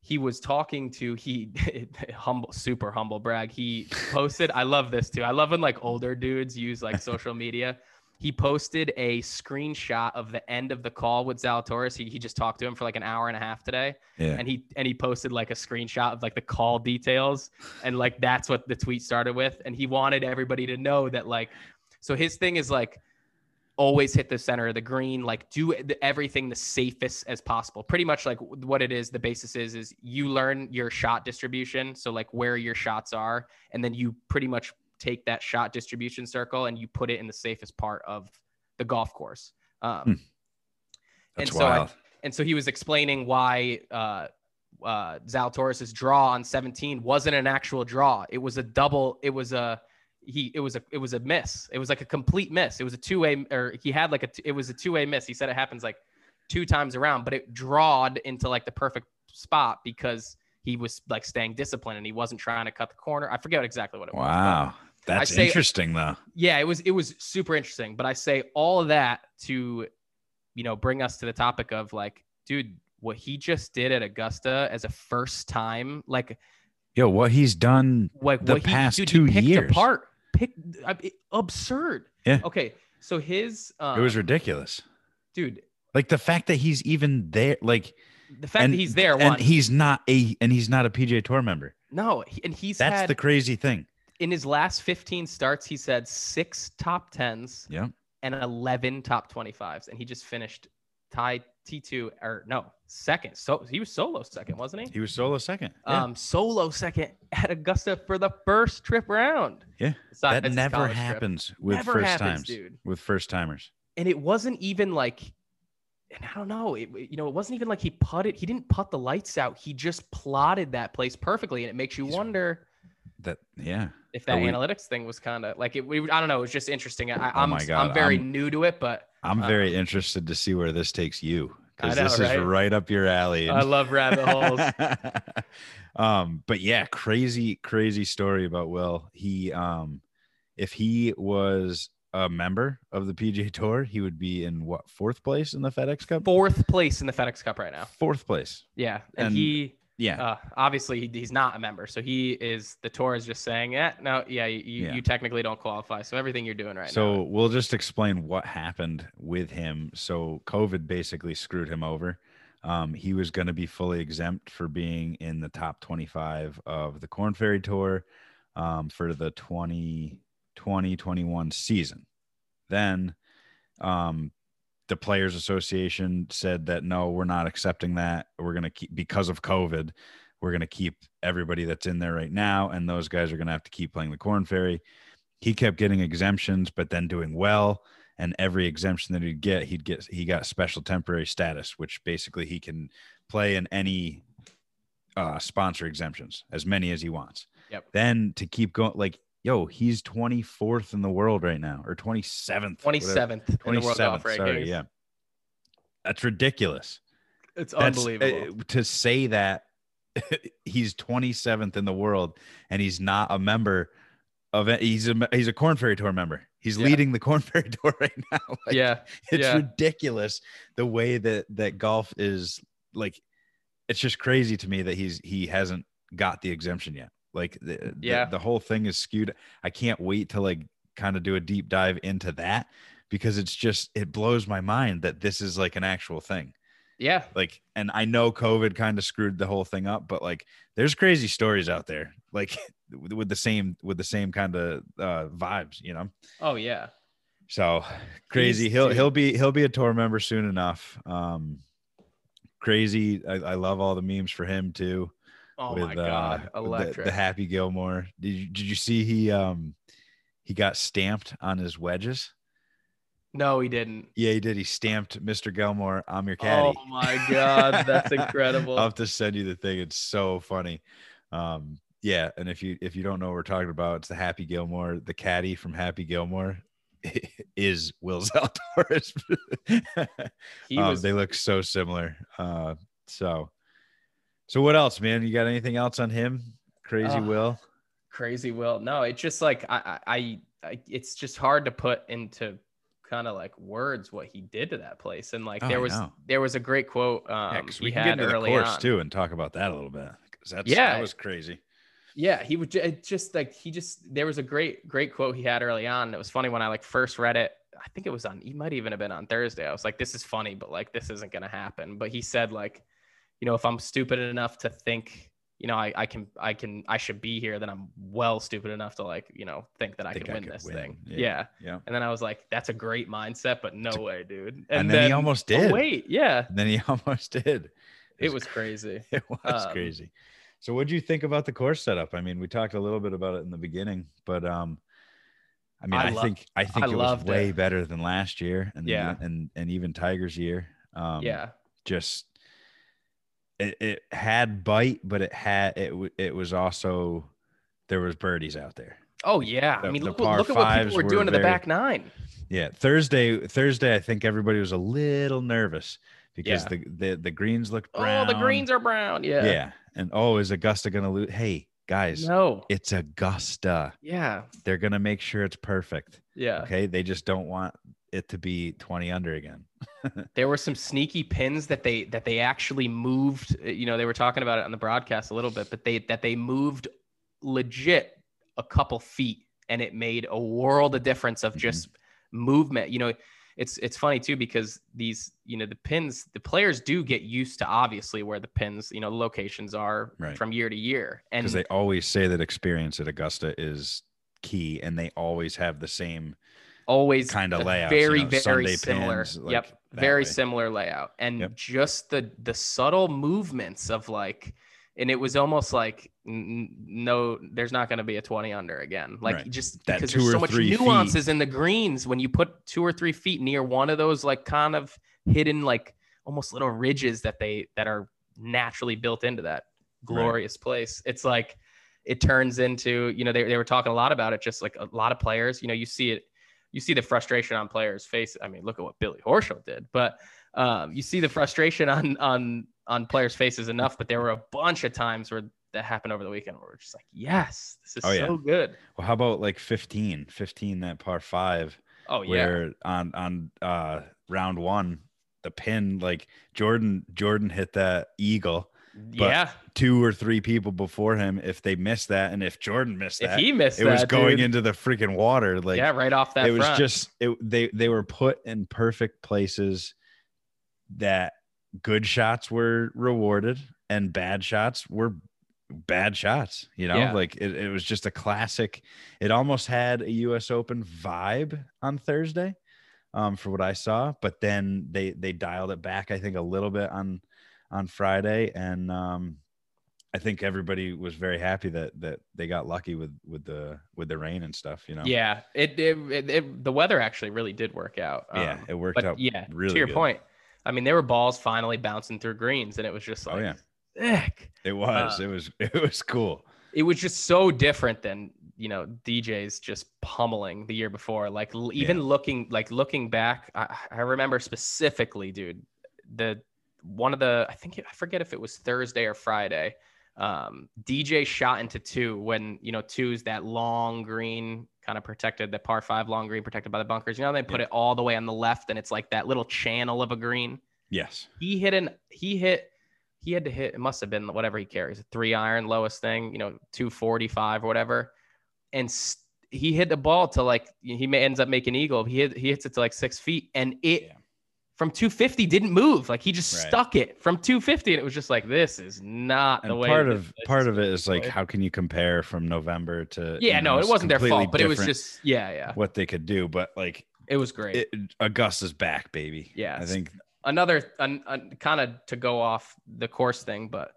Speaker 4: he was talking to he humble super humble brag he posted i love this too i love when like older dudes use like social media he posted a screenshot of the end of the call with zalatoris he, he just talked to him for like an hour and a half today
Speaker 3: Yeah.
Speaker 4: and he and he posted like a screenshot of like the call details and like that's what the tweet started with and he wanted everybody to know that like so his thing is like always hit the center of the green like do e, the- everything the safest as possible pretty much like what it is the basis is is you learn your shot distribution so like where your shots are and then you pretty much take that shot distribution circle and you put it in the safest part of the golf course um,
Speaker 3: Hmm. That's
Speaker 4: and so I-
Speaker 3: wild.
Speaker 4: and so he was explaining why uh, uh, Zal Torres's draw on 17 wasn't an actual draw. It was a double. It was a he. It was a it was a miss. It was like a complete miss. It was a two way or he had like a t- it was a two way miss. He said it happens like two times around, but it drawed into like the perfect spot because he was like staying disciplined and he wasn't trying to cut the corner. I forget exactly what it was. but-
Speaker 3: wow. That's
Speaker 4: say-
Speaker 3: interesting though.
Speaker 4: yeah, it was it was super interesting. But I say all of that to, you know, bring us to the topic of like, dude, what he just did at Augusta as a first time, like,
Speaker 3: Yo, what he's done.
Speaker 4: like
Speaker 3: The
Speaker 4: what
Speaker 3: past
Speaker 4: he, dude,
Speaker 3: two
Speaker 4: he picked
Speaker 3: years.
Speaker 4: apart, picked I, it- absurd.
Speaker 3: Yeah.
Speaker 4: Okay, so his, uh,
Speaker 3: It was ridiculous.
Speaker 4: dude.
Speaker 3: Like the fact that he's even there, like,
Speaker 4: The fact
Speaker 3: And-
Speaker 4: that he's there,
Speaker 3: and
Speaker 4: one,
Speaker 3: he's not a, and he's not a PGA Tour member.
Speaker 4: no, he- and he's
Speaker 3: That's
Speaker 4: had
Speaker 3: the crazy thing.
Speaker 4: in his last 15 starts, he said six top tens
Speaker 3: Yeah.
Speaker 4: and 11 top 25s. And he just finished tie T2 or no, second. So he was solo second, wasn't he?
Speaker 3: He was solo second. Yeah.
Speaker 4: Um, solo second at Augusta for the first trip round.
Speaker 3: Yeah,
Speaker 4: Besides
Speaker 3: that
Speaker 4: his
Speaker 3: never
Speaker 4: college trip.
Speaker 3: happens with
Speaker 4: Never
Speaker 3: first
Speaker 4: happens,
Speaker 3: times.
Speaker 4: dude.
Speaker 3: With first timers.
Speaker 4: And it wasn't even like, and I don't know, it, you know, it wasn't even like he putted, he didn't put the lights out. He just plotted that place perfectly. And it makes you
Speaker 3: He's-
Speaker 4: wonder
Speaker 3: That yeah.
Speaker 4: if that
Speaker 3: Are we-
Speaker 4: analytics thing was kind of like it. We, I don't know. It was just interesting. I,
Speaker 3: Oh
Speaker 4: I'm,
Speaker 3: my God,
Speaker 4: I'm very
Speaker 3: I'm-
Speaker 4: new to it, but
Speaker 3: I'm
Speaker 4: Uh,
Speaker 3: very interested to see where this takes you because
Speaker 4: I know,
Speaker 3: this is
Speaker 4: right?
Speaker 3: right up your alley.
Speaker 4: I love rabbit holes.
Speaker 3: um, but yeah, crazy, crazy story about Will. He, um, if he was a member of the PGA Tour, he would be in what fourth place in the FedEx Cup?
Speaker 4: Fourth place in the FedEx Cup right now.
Speaker 3: Fourth place.
Speaker 4: Yeah, and,
Speaker 3: And-
Speaker 4: he
Speaker 3: Yeah.
Speaker 4: uh, obviously he, he's not a member, so he is the tour is just saying, yeah, no, yeah, you, you-
Speaker 3: Yeah.
Speaker 4: you technically don't qualify. So everything you're doing right
Speaker 3: so
Speaker 4: now.
Speaker 3: we'll just explain what happened with him. So COVID basically screwed him over. Um, he was going to be fully exempt for being in the top 25 of the Corn Ferry Tour um, for the 2020-21 season. Then um, the Players Association said that no, we're not accepting that. We're going to keep because of COVID. We're going to keep everybody that's in there right now, and those guys are going to have to keep playing the Corn Ferry he kept getting exemptions, but then doing well. And every exemption that he'd get, he'd get he got special temporary status, which basically he can play in any uh, sponsor exemptions, as many as he wants.
Speaker 4: Yep.
Speaker 3: Then to keep going, like yo, he's 24th in the world right now, or 27th,
Speaker 4: Twenty
Speaker 3: whatever.
Speaker 4: seventh in the world golf
Speaker 3: 27th,
Speaker 4: rankings.
Speaker 3: Sorry, yeah, that's ridiculous.
Speaker 4: it's
Speaker 3: That's,
Speaker 4: unbelievable.
Speaker 3: uh, to say that he's 27th in the world and he's not a member of it. He's a he's a Corn Ferry Tour member. He's
Speaker 4: Yeah.
Speaker 3: leading the Corn Ferry Tour right now. Like,
Speaker 4: yeah,
Speaker 3: it's
Speaker 4: yeah.
Speaker 3: ridiculous the way that that golf is like. It's just crazy to me that he's he hasn't got the exemption yet. Like the, the-
Speaker 4: Yeah.
Speaker 3: the, whole thing is skewed. I can't wait to like kind of do a deep dive into that because it's just it blows my mind that this is like an actual thing
Speaker 4: yeah.
Speaker 3: like and i know covid kind of screwed the whole thing up but like there's crazy stories out there like with with the same with the same kind of uh vibes you know
Speaker 4: Oh yeah.
Speaker 3: so crazy
Speaker 4: He's-
Speaker 3: he'll
Speaker 4: dude.
Speaker 3: he'll be he'll be a tour member soon enough um crazy i, I love all the memes for him too
Speaker 4: Oh
Speaker 3: with
Speaker 4: my
Speaker 3: uh,
Speaker 4: god,
Speaker 3: the-
Speaker 4: electric!
Speaker 3: The, Happy Gilmore. Did you, did you see he um he got stamped on his wedges?
Speaker 4: no, he didn't.
Speaker 3: Yeah, he did. He stamped Mr. Gilmore. I'm your caddy.
Speaker 4: Oh my god, that's incredible.
Speaker 3: I'll have to send you the thing. It's so funny. Um, yeah, and if you if you don't know what we're talking about, it's the Happy Gilmore, the caddy from Happy Gilmore is Will Zalatoris.
Speaker 4: he
Speaker 3: Um,
Speaker 4: was
Speaker 3: they look so similar. Uh, so, so what else, man? You got anything else on him? Crazy
Speaker 4: Uh,
Speaker 3: Will.
Speaker 4: crazy. Will no, it's just like I, I, I, I it's just hard to put into kind of like words what he did to that place. And like
Speaker 3: Oh, I
Speaker 4: there was
Speaker 3: know.
Speaker 4: there was a great quote um,
Speaker 3: Yeah, 'cause
Speaker 4: we had early on.
Speaker 3: too and talk about that a little bit. 'cause that's
Speaker 4: Yeah.
Speaker 3: that was crazy.
Speaker 4: Yeah, he would ju- it just like he just there was a great great quote he had early on. It was funny when I like first read it. I think it was on. He might even have been on Thursday. I was like, this is funny, but like this isn't gonna happen. But he said like, you know, if I'm stupid enough to think, you know, I, I can I can I should be here, then I'm well stupid enough to like you know think that I
Speaker 3: Think
Speaker 4: can
Speaker 3: I
Speaker 4: win
Speaker 3: could
Speaker 4: this
Speaker 3: win.
Speaker 4: thing.
Speaker 3: Yeah.
Speaker 4: Yeah.
Speaker 3: Yeah,
Speaker 4: And then I was like, that's a great mindset, but no way, dude. And,
Speaker 3: and, then, he almost
Speaker 4: oh,
Speaker 3: did.
Speaker 4: wait, yeah,
Speaker 3: And then he almost did.
Speaker 4: it was crazy.
Speaker 3: it was
Speaker 4: um,
Speaker 3: crazy. So, what do you think about the course setup? I mean, we talked a little bit about it in the beginning, but um, I mean,
Speaker 4: I
Speaker 3: I,
Speaker 4: lo-
Speaker 3: think I think it was
Speaker 4: loved
Speaker 3: way
Speaker 4: it.
Speaker 3: better than last year, and
Speaker 4: Yeah.
Speaker 3: and and even Tiger's year. Um,
Speaker 4: yeah,
Speaker 3: just it, it had bite, but it had it. w- It was also there was birdies out there.
Speaker 4: oh yeah.
Speaker 3: the-
Speaker 4: I mean,
Speaker 3: the
Speaker 4: look, what-
Speaker 3: par
Speaker 4: look at what
Speaker 3: fives
Speaker 4: people were
Speaker 3: were
Speaker 4: doing to
Speaker 3: very-
Speaker 4: the back nine.
Speaker 3: Yeah, Thursday. Thursday, I think everybody was a little nervous because
Speaker 4: Yeah.
Speaker 3: the, the the greens looked
Speaker 4: Oh,
Speaker 3: brown.
Speaker 4: the greens are brown. Yeah.
Speaker 3: yeah. and oh, is Augusta gonna lose? Hey guys,
Speaker 4: No.
Speaker 3: it's Augusta.
Speaker 4: Yeah.
Speaker 3: They're gonna make sure it's perfect.
Speaker 4: Yeah.
Speaker 3: Okay, they just don't want it to be twenty under again.
Speaker 4: There were some sneaky pins that they that they actually moved. uh, You know, they were talking about it on the broadcast a little bit, but they that they moved legit a couple feet, and it made a world of difference of
Speaker 3: Mhm.
Speaker 4: just movement. You know, it's it's funny too because these you know the pins the players do get used to obviously where the pins you know locations are
Speaker 3: Right.
Speaker 4: from year to year, and
Speaker 3: Because they always say that experience at Augusta is key, and they always have the same
Speaker 4: always
Speaker 3: kind of
Speaker 4: a
Speaker 3: layouts. you
Speaker 4: Very,
Speaker 3: know,
Speaker 4: very
Speaker 3: Sunday
Speaker 4: similar.
Speaker 3: pins, like,
Speaker 4: yep.
Speaker 3: that
Speaker 4: Very
Speaker 3: way.
Speaker 4: similar layout. And
Speaker 3: Yep.
Speaker 4: just the the subtle movements of like and it was almost like n- n- no, there's not going to be a 20 under again. Like
Speaker 3: Right.
Speaker 4: just
Speaker 3: That
Speaker 4: because
Speaker 3: two
Speaker 4: there's
Speaker 3: or
Speaker 4: so much
Speaker 3: three feet.
Speaker 4: nuances in the greens when you put two or three feet near one of those like kind of hidden like almost little ridges that they that are naturally built into that glorious place. It's like it turns into, you know, they, they were talking a lot about it, just like a lot of players, you know, you see it, you see the frustration on players' faces. I mean, look at what Billy Horschel did, but um, you see the frustration on on on players' faces enough. But there were a bunch of times where that happened over the weekend where we're just like, yes, this is
Speaker 3: Oh, yeah.
Speaker 4: so good.
Speaker 3: Well, how about like 15, 15 that par five,
Speaker 4: Oh yeah.
Speaker 3: where on on uh round one, the pin like Jordan Jordan hit that eagle.
Speaker 4: yeah.
Speaker 3: Two or three people before him, if they missed that, and if Jordan missed
Speaker 4: If
Speaker 3: that,
Speaker 4: he missed
Speaker 3: it was
Speaker 4: that,
Speaker 3: going
Speaker 4: dude,
Speaker 3: into the freaking water. Like
Speaker 4: yeah, right off that
Speaker 3: it was
Speaker 4: front.
Speaker 3: just it, they they were put in perfect places that good shots were rewarded and bad shots were bad shots you know
Speaker 4: Yeah.
Speaker 3: like it, it was just a classic it almost had a us open vibe on thursday um for what i saw but then they they dialed it back i think a little bit on on friday and um i think everybody was very happy that that they got lucky with with the with the rain and stuff you know
Speaker 4: yeah. It it, it it the weather actually really did work out.
Speaker 3: yeah
Speaker 4: Um,
Speaker 3: it worked
Speaker 4: but
Speaker 3: out
Speaker 4: yeah,
Speaker 3: really
Speaker 4: to your
Speaker 3: good.
Speaker 4: point, I mean, there were balls finally bouncing through greens, and it was just
Speaker 3: Oh,
Speaker 4: like,
Speaker 3: yeah.
Speaker 4: sick.
Speaker 3: It was.
Speaker 4: Uh,
Speaker 3: it was. It was cool.
Speaker 4: It was just so different than you know DJ's just pummeling the year before. Like l- even looking like looking back, I, I remember specifically, dude, the one of the I think I forget if it was Thursday or Friday. Um, DJ shot into two when you know two's that long green kind of protected the par five long green protected by the bunkers. You know they put
Speaker 3: Yeah.
Speaker 4: it all the way on the left and it's like that little channel of a green
Speaker 3: Yes.
Speaker 4: he hit an he hit he had to hit it must have been whatever he carries a three iron lowest thing you know 245 or whatever and st- he hit the ball to like he ma- ends up making eagle he hit, he hits it to like six feet and it
Speaker 3: Yeah.
Speaker 4: from 250 didn't move like he just
Speaker 3: Right.
Speaker 4: stuck it from 250 and it was just like this is not the
Speaker 3: And
Speaker 4: way
Speaker 3: part
Speaker 4: that
Speaker 3: of
Speaker 4: this-
Speaker 3: part of it is like
Speaker 4: going.
Speaker 3: how can you compare from November to
Speaker 4: yeah
Speaker 3: you know,
Speaker 4: no it
Speaker 3: it's
Speaker 4: wasn't their
Speaker 3: completely
Speaker 4: fault but it was
Speaker 3: different
Speaker 4: just uh, yeah yeah
Speaker 3: what they could do. But like
Speaker 4: it was great
Speaker 3: it, Augusta's back, baby. I
Speaker 4: Yes.
Speaker 3: think
Speaker 4: another an, an, kind of to go off the course thing, but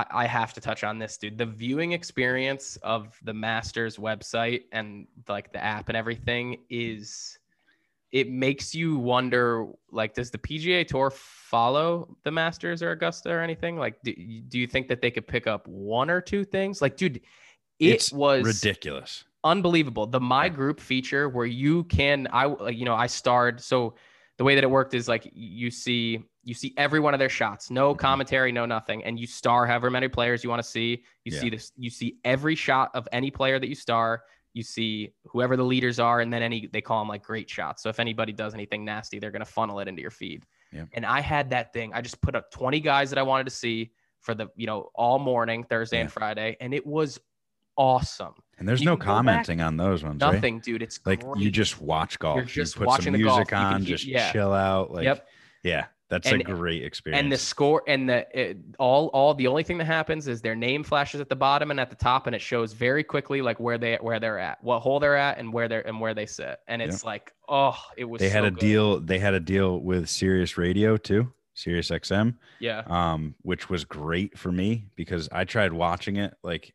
Speaker 4: I, I have to touch on this, dude. The viewing experience of the Masters website and like the app and everything is it makes you wonder like does the PGA Tour follow the Masters or Augusta or anything? Like do, do you think that they could pick up one or two things? Like dude, it
Speaker 3: It's
Speaker 4: was
Speaker 3: ridiculous.
Speaker 4: unbelievable. The my group feature where you can I like, you know I starred so the way that it worked is like you see you see every one of their shots, no
Speaker 3: Mhm.
Speaker 4: commentary, no nothing, and you star however many players you want to see. You
Speaker 3: Yeah.
Speaker 4: see this, you see every shot of any player that you star. You see whoever the leaders are, and then any they call them like great shots. So if anybody does anything nasty, they're gonna funnel it into your feed.
Speaker 3: Yep.
Speaker 4: And I had that thing. I just put up 20 guys that I wanted to see for the you know all morning Thursday and Friday, and it was awesome.
Speaker 3: And there's
Speaker 4: you
Speaker 3: no
Speaker 4: can go back-
Speaker 3: commenting on those ones. right?
Speaker 4: Nothing, dude. It's
Speaker 3: Like you
Speaker 4: great.
Speaker 3: just watch golf.
Speaker 4: You're just
Speaker 3: you put
Speaker 4: watching
Speaker 3: some
Speaker 4: the golf.
Speaker 3: music
Speaker 4: You can
Speaker 3: on,
Speaker 4: hear-
Speaker 3: just
Speaker 4: yeah.
Speaker 3: chill out. Like
Speaker 4: yep.
Speaker 3: yeah, that's a
Speaker 4: And-
Speaker 3: great experience.
Speaker 4: And the score and the it, all all the only thing that happens is their name flashes at the bottom and at the top, and it shows very quickly like where they where they're at, what hole they're at, and where they're and where they sit. And it's like, oh, it was.
Speaker 3: they had
Speaker 4: so
Speaker 3: a
Speaker 4: good.
Speaker 3: deal they had a deal with Sirius Radio too, Sirius XM,
Speaker 4: Yeah.
Speaker 3: um, which was great for me because I tried watching it like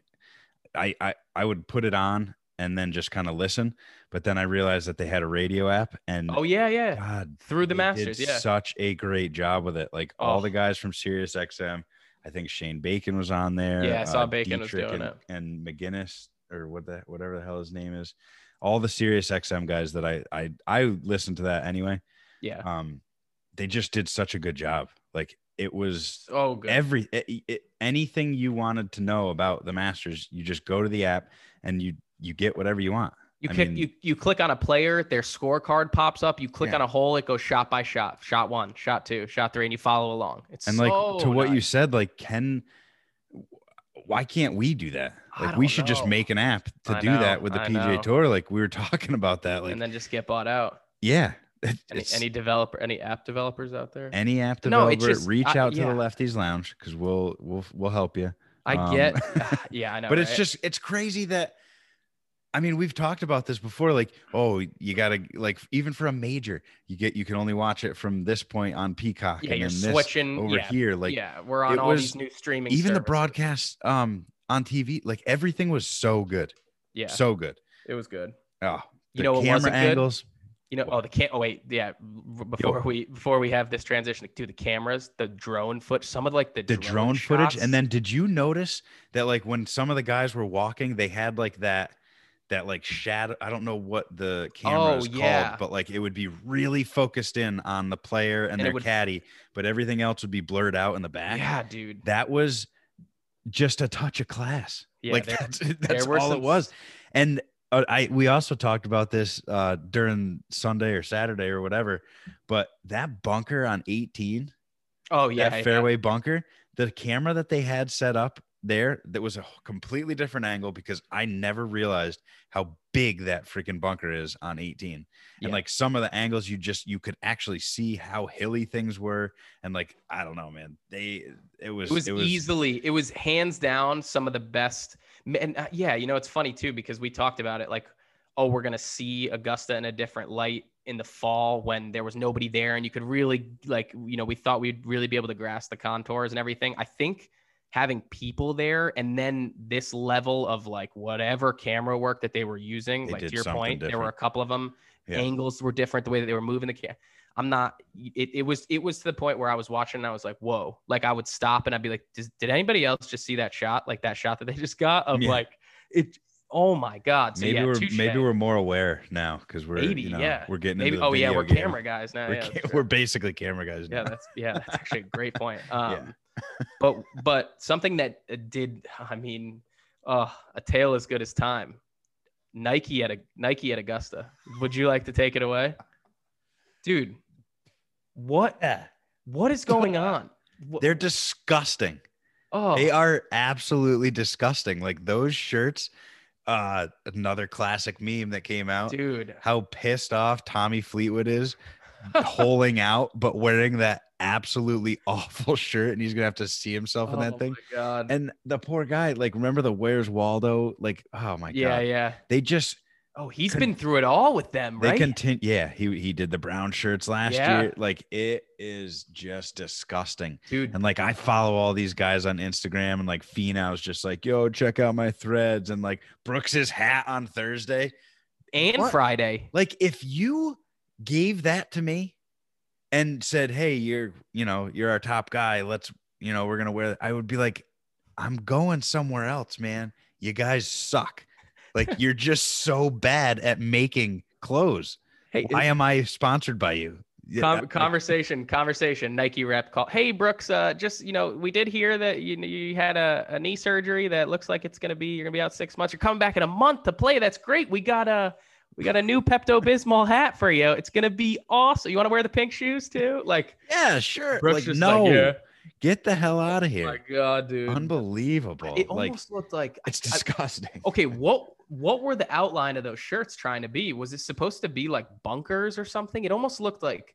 Speaker 3: I I, I would put it on and then just kind of listen, but then I realized that they had a radio app and
Speaker 4: Oh yeah, yeah.
Speaker 3: God,
Speaker 4: Through the
Speaker 3: they did
Speaker 4: Masters, yeah.
Speaker 3: Such a great job with it. Like all
Speaker 4: Oh.
Speaker 3: the guys from Sirius XM. I think Shane Bacon was on there. uh,
Speaker 4: Yeah, I saw Bacon was
Speaker 3: Dietrich
Speaker 4: doing
Speaker 3: and, And McGinnis or what the whatever the hell his name is. All the Sirius XM guys that I I I listened to that anyway.
Speaker 4: Yeah.
Speaker 3: Um they just did such a good job. Like it was
Speaker 4: So oh, good.
Speaker 3: every it, it, anything you wanted to know about the Masters, you just go to the app and you you get whatever you want.
Speaker 4: you
Speaker 3: I
Speaker 4: click
Speaker 3: mean-
Speaker 4: you you click on a player, their scorecard pops up. You click
Speaker 3: Yeah.
Speaker 4: on a hole, it goes shot by shot, shot one, shot two, shot three, and you follow along. It's
Speaker 3: and like
Speaker 4: so
Speaker 3: to what
Speaker 4: nice.
Speaker 3: you said like can why can't we do that
Speaker 4: I
Speaker 3: like we
Speaker 4: don't
Speaker 3: should just
Speaker 4: know.
Speaker 3: make an app to
Speaker 4: I
Speaker 3: do
Speaker 4: know,
Speaker 3: that with the
Speaker 4: I
Speaker 3: pj
Speaker 4: know.
Speaker 3: tour like we were talking about that like
Speaker 4: and then just get bought out.
Speaker 3: yeah it-
Speaker 4: Any,
Speaker 3: it's-
Speaker 4: any developer, any app developers out there?
Speaker 3: any app
Speaker 4: No,
Speaker 3: developer
Speaker 4: it's just-
Speaker 3: reach
Speaker 4: I-
Speaker 3: out to
Speaker 4: yeah.
Speaker 3: the lefties lounge because we'll we'll we'll help you Um,
Speaker 4: I get, uh, yeah, I know.
Speaker 3: but it's
Speaker 4: right?
Speaker 3: just it's crazy that I mean, we've talked about this before. Like, oh, you gotta like even for a major, you get you can only watch it from this point on Peacock.
Speaker 4: Yeah,
Speaker 3: and
Speaker 4: you're
Speaker 3: then this
Speaker 4: switching-
Speaker 3: over
Speaker 4: yeah,
Speaker 3: here. Like,
Speaker 4: yeah, we're
Speaker 3: it
Speaker 4: on all
Speaker 3: was-
Speaker 4: these new streaming.
Speaker 3: even the
Speaker 4: services.
Speaker 3: broadcast um on TV, like everything was so good,
Speaker 4: Yeah,
Speaker 3: so good.
Speaker 4: it was good.
Speaker 3: Oh,
Speaker 4: You know, it wasn't good. You know,
Speaker 3: What?
Speaker 4: oh, the can. Oh, wait, yeah. b- Before we before we have this transition like, to the cameras, the drone foot, some of like the
Speaker 3: the drone, footage.
Speaker 4: shots,
Speaker 3: And then, did you notice that like when some of the guys were walking, they had like that that like shadow? I don't know what the camera
Speaker 4: Oh,
Speaker 3: is called,
Speaker 4: yeah.
Speaker 3: but like it would be really focused in on the player and,
Speaker 4: And it
Speaker 3: their
Speaker 4: would-
Speaker 3: caddy, but everything else would be blurred out in the back.
Speaker 4: yeah, dude,
Speaker 3: That was just a touch of class.
Speaker 4: yeah,
Speaker 3: like
Speaker 4: there-
Speaker 3: that's,
Speaker 4: there
Speaker 3: that's
Speaker 4: were
Speaker 3: all
Speaker 4: some
Speaker 3: it was.
Speaker 4: s-
Speaker 3: And uh, I we also talked about this uh, during Sunday or Saturday or whatever, but that bunker on 18,
Speaker 4: Oh yeah, yeah.
Speaker 3: that fairway bunker, the camera that they had set up there that was a completely different angle because I never realized how big that freaking bunker is on 18.
Speaker 4: Yeah.
Speaker 3: And like some of the angles you just you could actually see how hilly things were and like I don't know man. They it was
Speaker 4: It was, easily, it was hands down some of the best. And uh, yeah, you know, it's funny too because we talked about it like, oh, we're gonna see Augusta in a different light in the fall when there was nobody there, and you could really like, you know, we thought we'd really be able to grasp the contours and everything. I think having people there and then this level of like whatever camera work that they were using,
Speaker 3: They
Speaker 4: like
Speaker 3: did
Speaker 4: to your
Speaker 3: something
Speaker 4: point, there were a
Speaker 3: different.
Speaker 4: couple of them.
Speaker 3: Yeah.
Speaker 4: Angles were different, the way that they were moving the camera. I'm not it, it was it was to the point where I was watching and I was like, whoa. Like I would stop and I'd be like, Does, did anybody else just see that shot? Like that shot that they just got of
Speaker 3: Yeah.
Speaker 4: like it oh my god. So
Speaker 3: maybe
Speaker 4: yeah,
Speaker 3: we're
Speaker 4: touche.
Speaker 3: maybe we're more aware now because we're
Speaker 4: Maybe,
Speaker 3: you know,
Speaker 4: yeah.
Speaker 3: we're getting
Speaker 4: Maybe-
Speaker 3: into the
Speaker 4: oh yeah,
Speaker 3: video
Speaker 4: we're
Speaker 3: game.
Speaker 4: camera guys now.
Speaker 3: we're,
Speaker 4: yeah,
Speaker 3: ca-
Speaker 4: that's
Speaker 3: we're
Speaker 4: right.
Speaker 3: basically camera guys
Speaker 4: yeah,
Speaker 3: now.
Speaker 4: that's yeah, that's actually a great point. Um but but something that uh, did I mean uh a tale as good as time. Nike at a Nike at Augusta. Would you like to take it away? Dude, what what is going on? Wha-
Speaker 3: they're disgusting
Speaker 4: Oh,
Speaker 3: they are absolutely disgusting like those shirts uh another classic meme that came out
Speaker 4: dude.
Speaker 3: how pissed off tommy fleetwood is holing out but wearing that absolutely awful shirt and he's gonna have to see himself in that thing
Speaker 4: Oh My
Speaker 3: Oh
Speaker 4: God.
Speaker 3: and the poor guy like remember the where's waldo like oh my
Speaker 4: yeah,
Speaker 3: god
Speaker 4: yeah.
Speaker 3: they just
Speaker 4: Oh, he's
Speaker 3: Con-
Speaker 4: been through it all with them,
Speaker 3: They
Speaker 4: right?
Speaker 3: continue. Yeah, he he did the brown shirts last
Speaker 4: Yeah.
Speaker 3: year. Like it is just disgusting.
Speaker 4: Dude,
Speaker 3: And like I follow all these guys on Instagram, and like Finau's just like, "Yo, check out my threads," and like Brooks's hat on Thursday.
Speaker 4: and
Speaker 3: what?
Speaker 4: Friday.
Speaker 3: Like if you gave that to me and said, "Hey, you're you know you're our top guy. Let's you know we're gonna wear," that," I would be like, "I'm going somewhere else, man. You guys suck. Like you're just so bad at making clothes.
Speaker 4: Hey,
Speaker 3: Why am I sponsored by you?" Yeah,
Speaker 4: Con-
Speaker 3: like,
Speaker 4: conversation, conversation. Nike rep call. Hey Brooks, uh, just you know, we did hear that you you had a, a knee surgery that looks like it's gonna be you're gonna be out six months. You're coming back in a month to play. That's great. We got a we got a new Pepto Bismol hat for you. It's gonna be awesome. You want to wear the pink shoes too? Like
Speaker 3: yeah, sure.
Speaker 4: Brooks
Speaker 3: like
Speaker 4: just
Speaker 3: no,
Speaker 4: like, yeah.
Speaker 3: get the hell out of
Speaker 4: Oh
Speaker 3: here.
Speaker 4: my god, dude.
Speaker 3: Unbelievable.
Speaker 4: It
Speaker 3: like
Speaker 4: almost looked like
Speaker 3: it's disgusting.
Speaker 4: okay. What what were the outline of those shirts trying to be? Was it supposed to be like bunkers or something? It almost looked like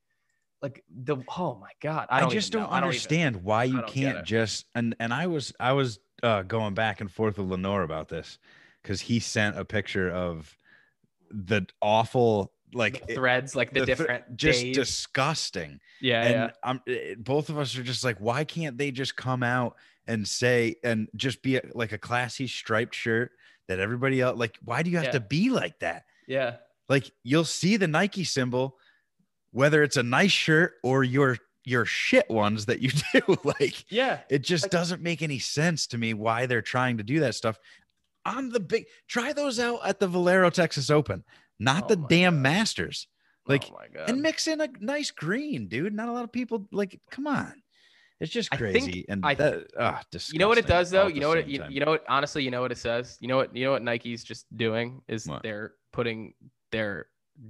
Speaker 4: like the oh my god. I,
Speaker 3: I,
Speaker 4: don't
Speaker 3: just
Speaker 4: even
Speaker 3: don't
Speaker 4: know. I even-
Speaker 3: understand why you
Speaker 4: don't get
Speaker 3: can't
Speaker 4: it.
Speaker 3: just and and I was I was uh, going back and forth with Lenore about this because he sent a picture of the awful like
Speaker 4: the
Speaker 3: it-
Speaker 4: threads, like the,
Speaker 3: the thr-
Speaker 4: different
Speaker 3: just
Speaker 4: days.
Speaker 3: disgusting
Speaker 4: yeah,
Speaker 3: and
Speaker 4: yeah.
Speaker 3: I'm it, both of us are just like why can't they just come out and say and just be a, like a classy striped shirt that everybody else like why do you have
Speaker 4: Yeah.
Speaker 3: to be like that
Speaker 4: Yeah.
Speaker 3: like you'll see the Nike symbol, whether it's a nice shirt or your your shit ones that you do. like
Speaker 4: Yeah.
Speaker 3: it just
Speaker 4: Like-
Speaker 3: doesn't make any sense to me why they're trying to do that stuff. I'm the big try those out at the Valero Texas Open, not
Speaker 4: Oh
Speaker 3: the
Speaker 4: my
Speaker 3: damn
Speaker 4: God.
Speaker 3: Masters. Like
Speaker 4: oh my God.
Speaker 3: and mix in a nice green, dude. Not a lot of people like come on. It's just
Speaker 4: I think-
Speaker 3: crazy and
Speaker 4: I-
Speaker 3: that, ah,
Speaker 4: you know what it
Speaker 3: disgusting
Speaker 4: does
Speaker 3: all
Speaker 4: though? You
Speaker 3: at the
Speaker 4: know what it,
Speaker 3: same
Speaker 4: you,
Speaker 3: time.
Speaker 4: you know what honestly, you know what it says? You know what you know what Nike's just doing is
Speaker 3: What?
Speaker 4: they're putting their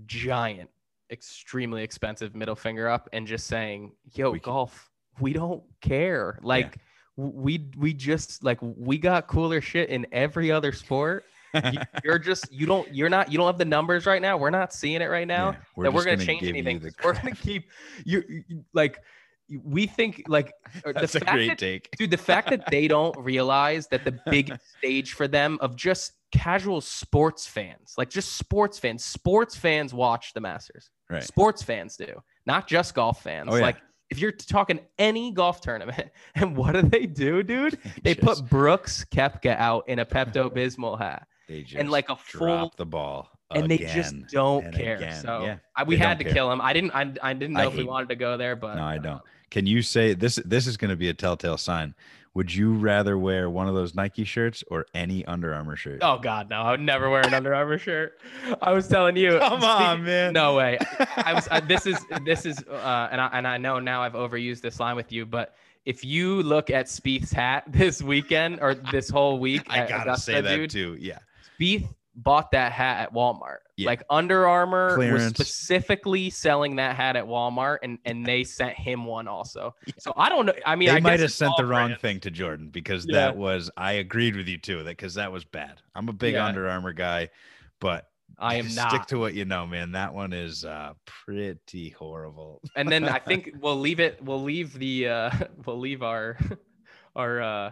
Speaker 4: giant, extremely expensive middle finger up and just saying, Yo,
Speaker 3: We can-
Speaker 4: golf, we don't care. Like w- we we just like we got cooler shit in every other sport. You- you're just you don't you're not you don't have the numbers right now. We're not seeing it right now.
Speaker 3: Yeah,
Speaker 4: that we're
Speaker 3: just
Speaker 4: going to change
Speaker 3: give you
Speaker 4: anything.
Speaker 3: the
Speaker 4: 'cause We're
Speaker 3: crap.
Speaker 4: going to keep you, you- like we think like or
Speaker 3: That's
Speaker 4: the
Speaker 3: a
Speaker 4: fact
Speaker 3: great
Speaker 4: that,
Speaker 3: take.
Speaker 4: dude the fact that they don't realize that the big stage for them of just casual sports fans like just sports fans sports fans watch the Masters
Speaker 3: Right.
Speaker 4: sports fans do not just golf fans
Speaker 3: Oh, yeah.
Speaker 4: like if you're talking any golf tournament and what do they do dude they
Speaker 3: Just-
Speaker 4: put Brooks Kepka out in a Pepto Bismol hat
Speaker 3: they just
Speaker 4: and like a full
Speaker 3: drop the ball
Speaker 4: and they just
Speaker 3: again
Speaker 4: don't
Speaker 3: and
Speaker 4: care.
Speaker 3: again.
Speaker 4: So
Speaker 3: yeah
Speaker 4: I, we
Speaker 3: they
Speaker 4: had
Speaker 3: don't
Speaker 4: to
Speaker 3: care.
Speaker 4: kill him. I didn't. I, I didn't know
Speaker 3: I
Speaker 4: if we
Speaker 3: hate-
Speaker 4: wanted to go there, but
Speaker 3: No, I don't.
Speaker 4: uh,
Speaker 3: can you say this this is going to be a telltale sign would you rather wear one of those nike shirts or any under armor shirt
Speaker 4: oh God, no! I would never wear an Under Armour shirt. I was telling you.
Speaker 3: come on
Speaker 4: speak-
Speaker 3: man
Speaker 4: No way. I was. Uh, this is. This is. Uh, and I and I know now I've overused this line with you, but if you look at Spieth's hat this weekend or this whole week,
Speaker 3: i
Speaker 4: at
Speaker 3: gotta say
Speaker 4: Augusta,
Speaker 3: that
Speaker 4: dude,
Speaker 3: too yeah
Speaker 4: Spieth bought that hat at Walmart.
Speaker 3: Yeah.
Speaker 4: Like Under Armour was
Speaker 3: Clearance.
Speaker 4: specifically selling that hat at Walmart, and and they sent him one also. So I don't know. I mean,
Speaker 3: they
Speaker 4: I
Speaker 3: might
Speaker 4: guess
Speaker 3: have
Speaker 4: it's
Speaker 3: sent
Speaker 4: all
Speaker 3: the wrong
Speaker 4: brand.
Speaker 3: thing to jordan because
Speaker 4: Yeah.
Speaker 3: that was i agreed with you too that because that was bad i'm a big
Speaker 4: Yeah.
Speaker 3: under armor guy but
Speaker 4: I am
Speaker 3: stick
Speaker 4: not.
Speaker 3: to what you know man that one is uh pretty horrible
Speaker 4: and then I think we'll leave it. We'll leave the. Uh, we'll leave our, our, uh,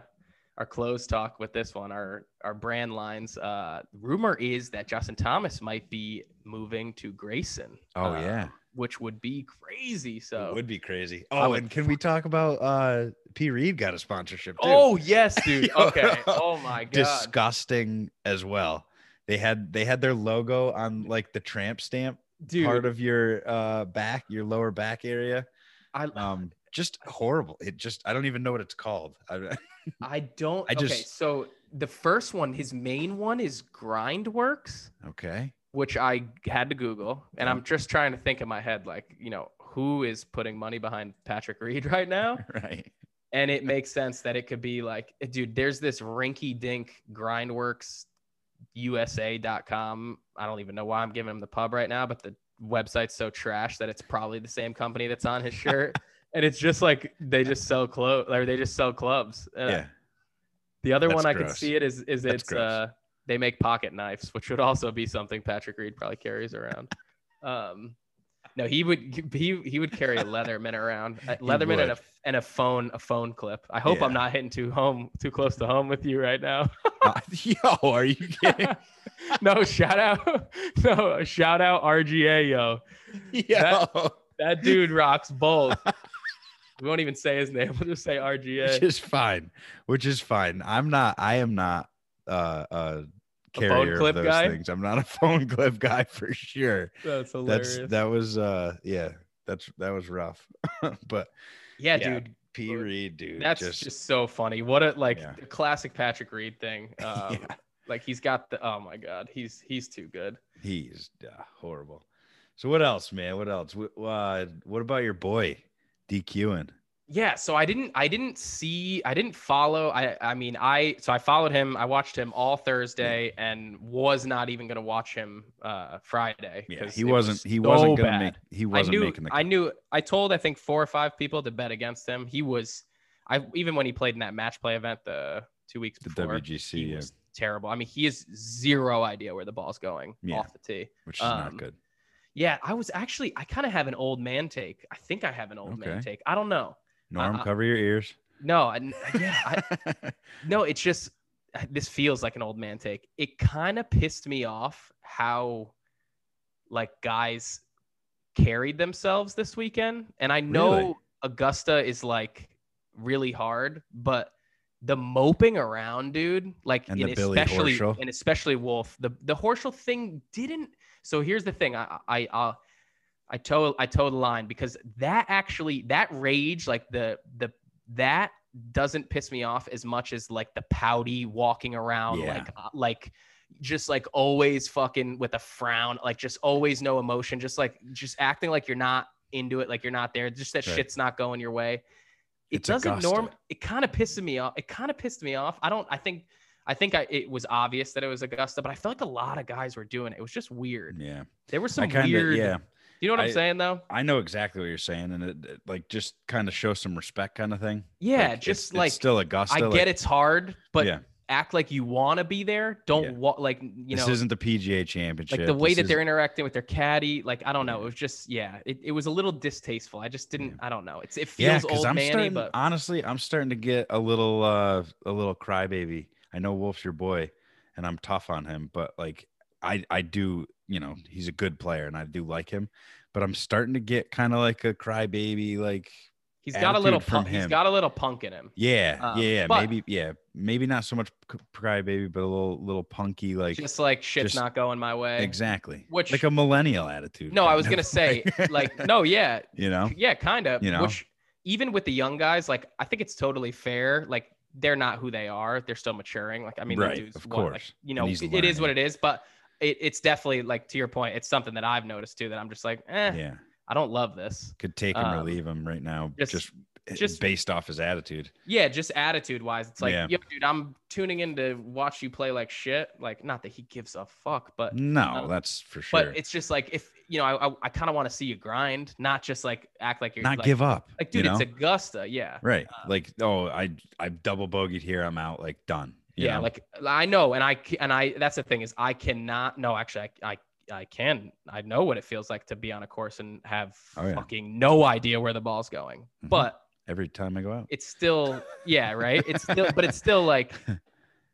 Speaker 4: our clothes talk with this one. Our our brand lines. Uh, rumor is that Justin Thomas might be moving to Grayson.
Speaker 3: oh
Speaker 4: uh,
Speaker 3: yeah
Speaker 4: which would be crazy.
Speaker 3: It
Speaker 4: So.
Speaker 3: would be crazy.
Speaker 4: I
Speaker 3: Oh,
Speaker 4: would
Speaker 3: and can we talk about uh P. Reed got a sponsorship too?
Speaker 4: Oh yes, dude.
Speaker 3: Yo.
Speaker 4: Okay. Oh my god.
Speaker 3: disgusting as well. They had they had their logo on like the tramp stamp
Speaker 4: dude.
Speaker 3: part of your uh back, your lower back area.
Speaker 4: I
Speaker 3: Um just horrible. It just I don't even know what it's called. I,
Speaker 4: I don't.
Speaker 3: I
Speaker 4: okay,
Speaker 3: just-
Speaker 4: so the first one, his main one is Grindworks,
Speaker 3: okay.
Speaker 4: which I had to Google, and
Speaker 3: Yeah.
Speaker 4: I'm just trying to think in my head, like you know, who is putting money behind Patrick Reed right now?
Speaker 3: Right.
Speaker 4: and it makes sense that it could be like, dude, there's this rinky-dink Grindworks USA.com. I don't even know why I'm giving him the pub right now, but the website's so trash that it's probably the same company that's on his shirt. And it's just like they just sell clothes or they just sell clubs. Uh,
Speaker 3: yeah.
Speaker 4: the other
Speaker 3: That's
Speaker 4: one I could
Speaker 3: gross.
Speaker 4: see it is is
Speaker 3: That's
Speaker 4: it's
Speaker 3: gross.
Speaker 4: uh they make pocket knives, which would also be something Patrick Reed probably carries around. um No, he would he he would carry a Leatherman around, a Leatherman
Speaker 3: would.
Speaker 4: and a and a phone a phone clip. I hope I'm
Speaker 3: Yeah.
Speaker 4: not hitting too home too close to home with you right now.
Speaker 3: Uh, yo, are you kidding?
Speaker 4: no shout out, no shout out RGA yo.
Speaker 3: Yo,
Speaker 4: That dude rocks both. we won't even say his name. We'll just say RGA.
Speaker 3: which is fine. Which is fine. I'm not. I am not uh, a carrier
Speaker 4: clip
Speaker 3: of those
Speaker 4: guy?
Speaker 3: things. I'm not a phone clip guy for sure.
Speaker 4: That's hilarious.
Speaker 3: That's that was uh yeah. That's that was rough, but
Speaker 4: yeah,
Speaker 3: yeah.
Speaker 4: dude.
Speaker 3: P Reed, dude,
Speaker 4: That's just, so funny. What a like
Speaker 3: Yeah.
Speaker 4: the classic Patrick Reed thing. Um,
Speaker 3: Yeah.
Speaker 4: Like he's got the oh my god, he's he's too good.
Speaker 3: He's uh, horrible. So what else, man? What else? Wh- Uh, what about your boy DQing?
Speaker 4: yeah so i didn't i didn't see i didn't follow i i mean i so i followed him i watched him all thursday and was not even going to watch him uh friday
Speaker 3: Yeah,
Speaker 4: 'cause
Speaker 3: he
Speaker 4: it
Speaker 3: wasn't.
Speaker 4: was
Speaker 3: he
Speaker 4: so
Speaker 3: wasn't gonna
Speaker 4: bad.
Speaker 3: make. He
Speaker 4: i
Speaker 3: wasn't
Speaker 4: knew
Speaker 3: making the.
Speaker 4: i knew i told i think four or five people to bet against him he was i even when he played in that match play event the two weeks
Speaker 3: the
Speaker 4: before
Speaker 3: WGC,
Speaker 4: he
Speaker 3: yeah,
Speaker 4: was terrible i mean he has zero idea where the ball's going
Speaker 3: Yeah.
Speaker 4: off the tee
Speaker 3: which is not
Speaker 4: um,
Speaker 3: good.
Speaker 4: yeah i was actually i kind of have an old man take i think i have an old man
Speaker 3: Okay.
Speaker 4: take i don't know
Speaker 3: Norm,
Speaker 4: uh,
Speaker 3: cover your ears.
Speaker 4: no I, yeah I, No, it's just this feels like an old man take. It kind of pissed me off how like guys carried themselves this weekend. And I know
Speaker 3: Really?
Speaker 4: Augusta is like really hard, but the moping around, dude, like
Speaker 3: And
Speaker 4: and,
Speaker 3: the Billy
Speaker 4: especially
Speaker 3: Horschel.
Speaker 4: and especially Wolf. The the Horschel thing didn't. So here's the thing. I I I'll, I toe I toe the line because that actually that rage like the the that doesn't piss me off as much as like the pouty walking around
Speaker 3: Yeah.
Speaker 4: like uh, like just like always fucking with a frown like just always no emotion just like just acting like you're not into it like you're not there just that
Speaker 3: Right.
Speaker 4: shit's not going your way it
Speaker 3: It's
Speaker 4: doesn't
Speaker 3: Augusta.
Speaker 4: norm it kind of pisses me off it kind of pissed me off i don't i think i think I, it was obvious that it was augusta but i feel like a lot of guys were doing it it was just weird
Speaker 3: yeah,
Speaker 4: there was
Speaker 3: I
Speaker 4: some
Speaker 3: kind of
Speaker 4: weird
Speaker 3: yeah.
Speaker 4: you know what I,
Speaker 3: I-
Speaker 4: am saying though
Speaker 3: I know exactly what you're saying, and it, it, like just kind of show some respect, kind of thing.
Speaker 4: yeah
Speaker 3: Like, it's-
Speaker 4: just
Speaker 3: it's
Speaker 4: like
Speaker 3: still Augusta.
Speaker 4: i get
Speaker 3: like,
Speaker 4: it's hard but
Speaker 3: yeah,
Speaker 4: act like you want to be there
Speaker 3: Yeah.
Speaker 4: don't wa like you
Speaker 3: this
Speaker 4: know
Speaker 3: isn't the PGA Championship.
Speaker 4: like the way
Speaker 3: this
Speaker 4: that they're
Speaker 3: isn't-
Speaker 4: interacting with their caddy like i don't know
Speaker 3: Yeah.
Speaker 4: it was just yeah it, it was a little distasteful i just didn't i don't know it's it
Speaker 3: yeah,
Speaker 4: feels
Speaker 3: because
Speaker 4: old
Speaker 3: I'm
Speaker 4: manny
Speaker 3: starting.
Speaker 4: but
Speaker 3: Honestly, I'm starting to get a little uh a little crybaby. I know Wolf's your boy, and I'm tough on him, but like I I do you know he's a good player, and I do like him, but I'm starting to get kind of like a crybaby. Like
Speaker 4: he's got a little
Speaker 3: attitude from
Speaker 4: punk he's
Speaker 3: him.
Speaker 4: got a little punk in him
Speaker 3: yeah,
Speaker 4: Um,
Speaker 3: yeah,
Speaker 4: but-
Speaker 3: maybe yeah, maybe not so much c- crybaby, but a little little punky like
Speaker 4: just like shit's
Speaker 3: just-
Speaker 4: not going my way
Speaker 3: exactly
Speaker 4: which-
Speaker 3: like a millennial attitude.
Speaker 4: no i
Speaker 3: kind
Speaker 4: was
Speaker 3: of,
Speaker 4: gonna say like no yeah
Speaker 3: you know
Speaker 4: yeah kind of
Speaker 3: You know?
Speaker 4: which even with the young guys like i think it's totally fair like they're not who they are they're still maturing like i mean the
Speaker 3: Right,
Speaker 4: dude's
Speaker 3: of
Speaker 4: one-
Speaker 3: course.
Speaker 4: like, you know
Speaker 3: And he's
Speaker 4: it it is what it is but it, it's definitely like to your point it's something that i've noticed too that i'm just like eh,
Speaker 3: yeah
Speaker 4: i don't love this
Speaker 3: could take him or
Speaker 4: Um,
Speaker 3: leave him right now
Speaker 4: just-
Speaker 3: just just
Speaker 4: just-
Speaker 3: based off his attitude.
Speaker 4: Yeah, just attitude wise. It's like,
Speaker 3: Yeah.
Speaker 4: yo, dude, I'm tuning in to watch you play like shit. Like, not that he gives a fuck, but
Speaker 3: No,
Speaker 4: um,
Speaker 3: that's for Mm, sure.
Speaker 4: but it's just like if you know, I I, I kind of want to see you grind, not just like act like you're
Speaker 3: not
Speaker 4: like,
Speaker 3: give up.
Speaker 4: Like, dude,
Speaker 3: you know?
Speaker 4: it's uh, Augusta. Yeah.
Speaker 3: right. like, oh, I I've double bogeyed here. I'm out. Like, done. you
Speaker 4: yeah.
Speaker 3: know?
Speaker 4: Like I know, and I c- and I that's the thing is I cannot. No, actually, I I. I can. I know what it feels like to be on a course and have
Speaker 3: Oh, yeah.
Speaker 4: fucking no idea where the ball's going.
Speaker 3: Mhm.
Speaker 4: But
Speaker 3: every time I go out.
Speaker 4: it's still yeah right it's still but it's still like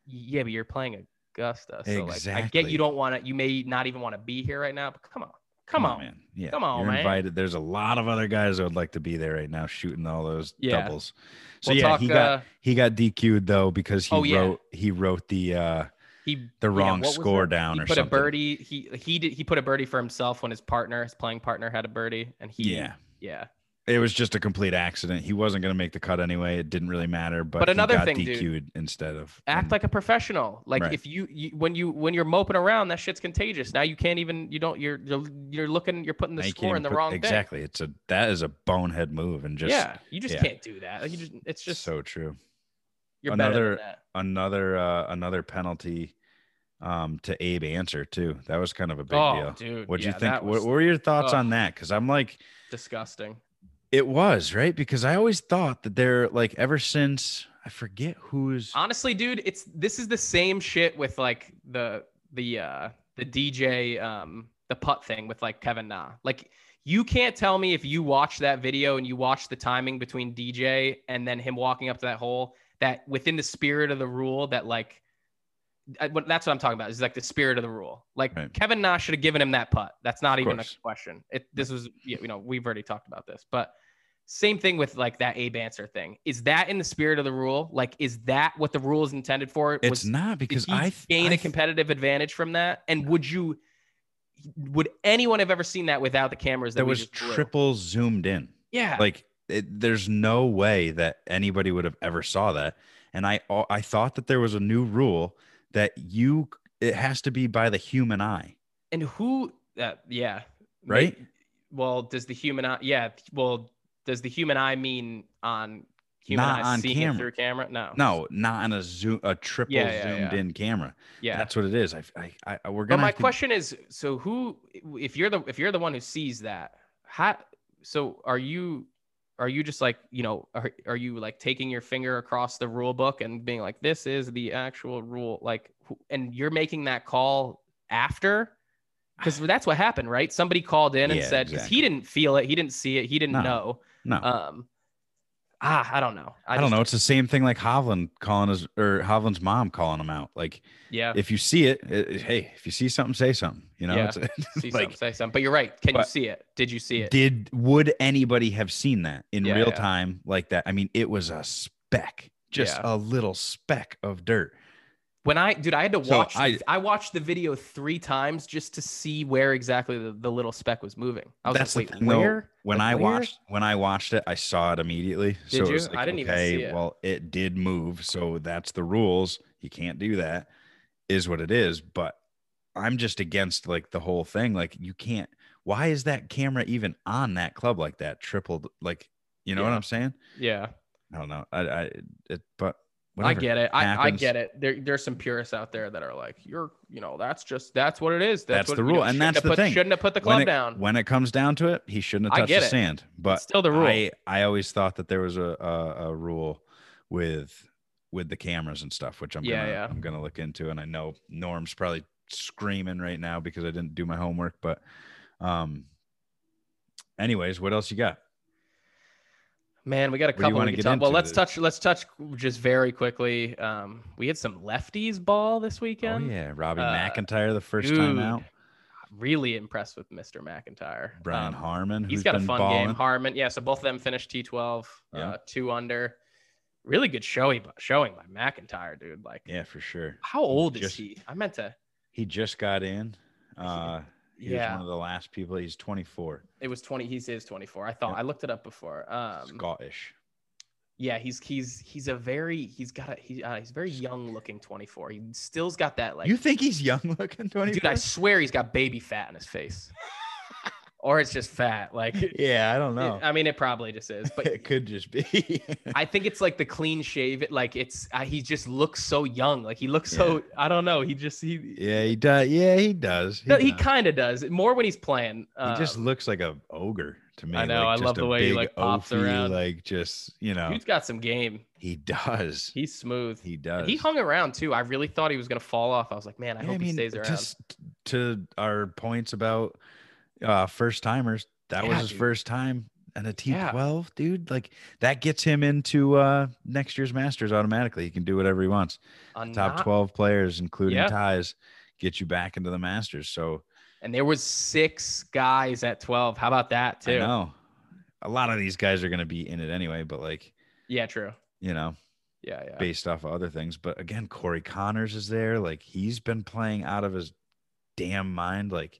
Speaker 4: yeah but you're playing augusta so like i get
Speaker 3: Exactly.
Speaker 4: you don't want to you may not even want to be here right now but come on come, on,
Speaker 3: Oh, man. Yeah.
Speaker 4: Come on,
Speaker 3: You're
Speaker 4: man.
Speaker 3: invited. There's a lot of other guys that would like to be there right now shooting all those
Speaker 4: Yeah.
Speaker 3: doubles. So yeah, he got
Speaker 4: uh,
Speaker 3: he got DQ'd though because he
Speaker 4: Oh, yeah.
Speaker 3: wrote he wrote the uh
Speaker 4: he
Speaker 3: the wrong
Speaker 4: what was
Speaker 3: score
Speaker 4: it?
Speaker 3: down
Speaker 4: he
Speaker 3: or
Speaker 4: put
Speaker 3: something.
Speaker 4: a birdie he he did he put a birdie for himself when his partner his playing partner had a birdie and he
Speaker 3: yeah.
Speaker 4: yeah
Speaker 3: It was just a complete accident. He wasn't going to make the cut anyway. It didn't really matter. But,
Speaker 4: But
Speaker 3: he
Speaker 4: another
Speaker 3: got
Speaker 4: thing, dude.
Speaker 3: DQ'd instead of
Speaker 4: act
Speaker 3: and-
Speaker 4: like a professional like
Speaker 3: Mm-hmm. Right.
Speaker 4: if you, you when you when you're moping around that shit's contagious now you can't even you don't you're you're, you're looking you're putting the
Speaker 3: now you can't
Speaker 4: score in
Speaker 3: even
Speaker 4: the
Speaker 3: put-
Speaker 4: wrong thing
Speaker 3: Exactly. It's a that is a bonehead move and just
Speaker 4: yeah you just
Speaker 3: yeah.
Speaker 4: can't do that Like, you just, it's just
Speaker 3: so true.
Speaker 4: you're better
Speaker 3: another-
Speaker 4: than that
Speaker 3: another uh, another penalty um to Abe answer too. That was kind of a big
Speaker 4: oh,
Speaker 3: deal.
Speaker 4: dude.
Speaker 3: What do
Speaker 4: yeah,
Speaker 3: you think?
Speaker 4: That was
Speaker 3: what, what were your thoughts
Speaker 4: ugh.
Speaker 3: on that? Because I'm like,
Speaker 4: disgusting.
Speaker 3: it was right because I always thought that they're like ever since I forget who's
Speaker 4: Honestly, dude, it's this is the same shit with like the the uh the DJ um the putt thing with like Kevin Na. Like You can't tell me if you watch that video and you watch the timing between DJ and then him walking up to that hole that within the spirit of the rule that like I- what- that's what I'm talking about is like the spirit of the rule. Like
Speaker 3: Right.
Speaker 4: Kevin Nash should have given him that putt. That's not
Speaker 3: Of
Speaker 4: even
Speaker 3: course.
Speaker 4: a question. It, this was you know we've already talked about this, but same thing with like that Abe answer thing. Is that in the spirit of the rule? Like is that what the rule is intended for?
Speaker 3: It's not
Speaker 4: Did
Speaker 3: because
Speaker 4: he
Speaker 3: I th-
Speaker 4: gain
Speaker 3: I
Speaker 4: a competitive advantage from that? And would you, would anyone have ever seen that without the cameras? That
Speaker 3: that
Speaker 4: we
Speaker 3: was
Speaker 4: just blew?
Speaker 3: triple zoomed in.
Speaker 4: Yeah,
Speaker 3: Like it, there's no way that anybody would have ever saw that. And I I thought that there was a new rule that you it has to be by the human eye,
Speaker 4: and who? Uh, yeah, Ma-
Speaker 3: right?
Speaker 4: well, does the human eye? Yeah, well, does the human eye mean on human
Speaker 3: Not
Speaker 4: eye
Speaker 3: on
Speaker 4: seeing
Speaker 3: camera.
Speaker 4: it through camera? No,
Speaker 3: No, not on a zoom a triple
Speaker 4: Oh. Yeah, yeah,
Speaker 3: zoomed
Speaker 4: yeah.
Speaker 3: in camera.
Speaker 4: yeah.
Speaker 3: That's what it is. I I, I- I we're
Speaker 4: But
Speaker 3: gonna
Speaker 4: my
Speaker 3: have to-
Speaker 4: question is, so who? If you're the if you're the one who sees that, how? So are you? Are you just like you know? Are, are you like taking your finger across the rule book and being like, this is the actual rule? Like, who- and you're making that call after, because that's what happened, right? Somebody called in and
Speaker 3: Yeah,
Speaker 4: said because
Speaker 3: exactly.
Speaker 4: he didn't feel it, he didn't see it, he didn't
Speaker 3: No.
Speaker 4: know.
Speaker 3: no.
Speaker 4: Um, ah, I don't know.
Speaker 3: I,
Speaker 4: just-
Speaker 3: don't know. It's the same thing like Hovland calling his or Hovland's mom calling him out. Like
Speaker 4: Yeah,
Speaker 3: if you see it, it- it- hey, if you see something, say something. You know,
Speaker 4: Yeah.
Speaker 3: it's,
Speaker 4: see
Speaker 3: like-
Speaker 4: something, say something. But you're right. Can you
Speaker 3: But-
Speaker 4: see it? Did you see it?
Speaker 3: did would anybody have seen that in
Speaker 4: Yeah,
Speaker 3: real
Speaker 4: yeah.
Speaker 3: time like that? I mean, it was a speck, just
Speaker 4: Yeah.
Speaker 3: a little speck of dirt.
Speaker 4: when I dude, I had to
Speaker 3: So
Speaker 4: watch.
Speaker 3: I-
Speaker 4: I, I watched the video three times just to see where exactly the, the little speck was moving. I was
Speaker 3: That's the
Speaker 4: like, wait,
Speaker 3: thing, though.
Speaker 4: where?
Speaker 3: When
Speaker 4: Like,
Speaker 3: I
Speaker 4: where?
Speaker 3: watched when I watched it, I saw it immediately. so
Speaker 4: Did
Speaker 3: it was
Speaker 4: you?
Speaker 3: like,
Speaker 4: I didn't even
Speaker 3: okay,
Speaker 4: see it.
Speaker 3: well, it did move, so that's the rules. You can't do that. Is what it is, but I'm just against like the whole thing. Like you can't why is that camera even on that club like that? Tripled like you know what
Speaker 4: Yeah.
Speaker 3: I'm saying?
Speaker 4: Yeah,
Speaker 3: I don't know. I I it but whatever.
Speaker 4: I get it. I, I
Speaker 3: happens.
Speaker 4: get it. There, there's some purists out there that are like, you're, you know, that's just that's what it is.
Speaker 3: That's
Speaker 4: That's, what,
Speaker 3: the
Speaker 4: you know,
Speaker 3: rule, and
Speaker 4: shouldn't
Speaker 3: that's
Speaker 4: have
Speaker 3: the
Speaker 4: put,
Speaker 3: thing.
Speaker 4: Shouldn't have put the
Speaker 3: when
Speaker 4: club
Speaker 3: it,
Speaker 4: down.
Speaker 3: When it comes down to it, he shouldn't
Speaker 4: I
Speaker 3: have touched
Speaker 4: get
Speaker 3: the
Speaker 4: it.
Speaker 3: sand. But
Speaker 4: It's still the rule.
Speaker 3: I, I always thought that there was a, a a rule with with the cameras and stuff, which I'm
Speaker 4: Yeah,
Speaker 3: gonna
Speaker 4: yeah.
Speaker 3: I'm gonna look into. And I know Norm's probably screaming right now because I didn't do my homework. But um, anyways, what else you got?
Speaker 4: Man, we got a
Speaker 3: do you
Speaker 4: couple. We
Speaker 3: wanna
Speaker 4: could
Speaker 3: get
Speaker 4: talk. Well,
Speaker 3: into?
Speaker 4: let's
Speaker 3: The-
Speaker 4: touch. Let's touch just very quickly. Um, we had some lefties ball this weekend.
Speaker 3: Oh yeah, Robbie
Speaker 4: Uh,
Speaker 3: McIntyre the first time
Speaker 4: dude,
Speaker 3: out.
Speaker 4: Really impressed with Mr. McIntyre.
Speaker 3: Brian
Speaker 4: Um,
Speaker 3: Harmon, who's
Speaker 4: He's got a
Speaker 3: been
Speaker 4: fun
Speaker 3: balling.
Speaker 4: game. Harmon, yeah. So both of them finished T12,
Speaker 3: Yeah.
Speaker 4: uh, two under. Really good showy showing by McIntyre, dude. Like,
Speaker 3: Yeah, for sure.
Speaker 4: how old is
Speaker 3: Just-
Speaker 4: he? I meant to.
Speaker 3: He just got in. Uh, he was
Speaker 4: Yeah,
Speaker 3: one of the last people. He's 24.
Speaker 4: it was 20. He is 24. I thought
Speaker 3: Yep.
Speaker 4: I looked it up before. Um,
Speaker 3: Scottish.
Speaker 4: yeah, he's he's he's a very he's got a he, uh, he's very young looking 24. He still's got that like.
Speaker 3: you think he's young looking? 24?
Speaker 4: dude, I swear he's got baby fat in his face, or it's just fat. Like,
Speaker 3: yeah, I don't know.
Speaker 4: I mean, it probably just is, uh, but
Speaker 3: it could just be.
Speaker 4: I think it's like the clean shave. It like it's uh, he just looks so young. Like he looks so I don't know. He just he
Speaker 3: yeah, he does. Yeah, he does.
Speaker 4: no, he
Speaker 3: does.
Speaker 4: kind of does more when he's playing.
Speaker 3: He just
Speaker 4: Um,
Speaker 3: looks like a ogre to me.
Speaker 4: I know,
Speaker 3: Like
Speaker 4: I
Speaker 3: just
Speaker 4: love
Speaker 3: a
Speaker 4: the way he,
Speaker 3: big
Speaker 4: like, pops
Speaker 3: oafy,
Speaker 4: around.
Speaker 3: Like just you know,
Speaker 4: dude's got some game.
Speaker 3: he does.
Speaker 4: He's smooth.
Speaker 3: He
Speaker 4: And
Speaker 3: does.
Speaker 4: He hung around too. I really thought he was gonna fall off. I was like, man, I
Speaker 3: Yeah,
Speaker 4: hope he stays around.
Speaker 3: Just to our points about uh first timers, that was
Speaker 4: Yeah,
Speaker 3: his
Speaker 4: dude.
Speaker 3: first time and a
Speaker 4: Yeah.
Speaker 3: T12, dude. Like that gets him into uh next year's Masters automatically. He can do whatever he wants.
Speaker 4: I'm
Speaker 3: top
Speaker 4: Uh, not-
Speaker 3: 12 players including
Speaker 4: Yeah.
Speaker 3: ties get you back into the masters so
Speaker 4: And there was six guys at twelve. How about that
Speaker 3: i
Speaker 4: too?
Speaker 3: know a lot of these guys are going to be in it anyway but like
Speaker 4: Yeah, true.
Speaker 3: you know
Speaker 4: Yeah, yeah.
Speaker 3: based off of other things but again corey connors is there like he's been playing out of his damn mind like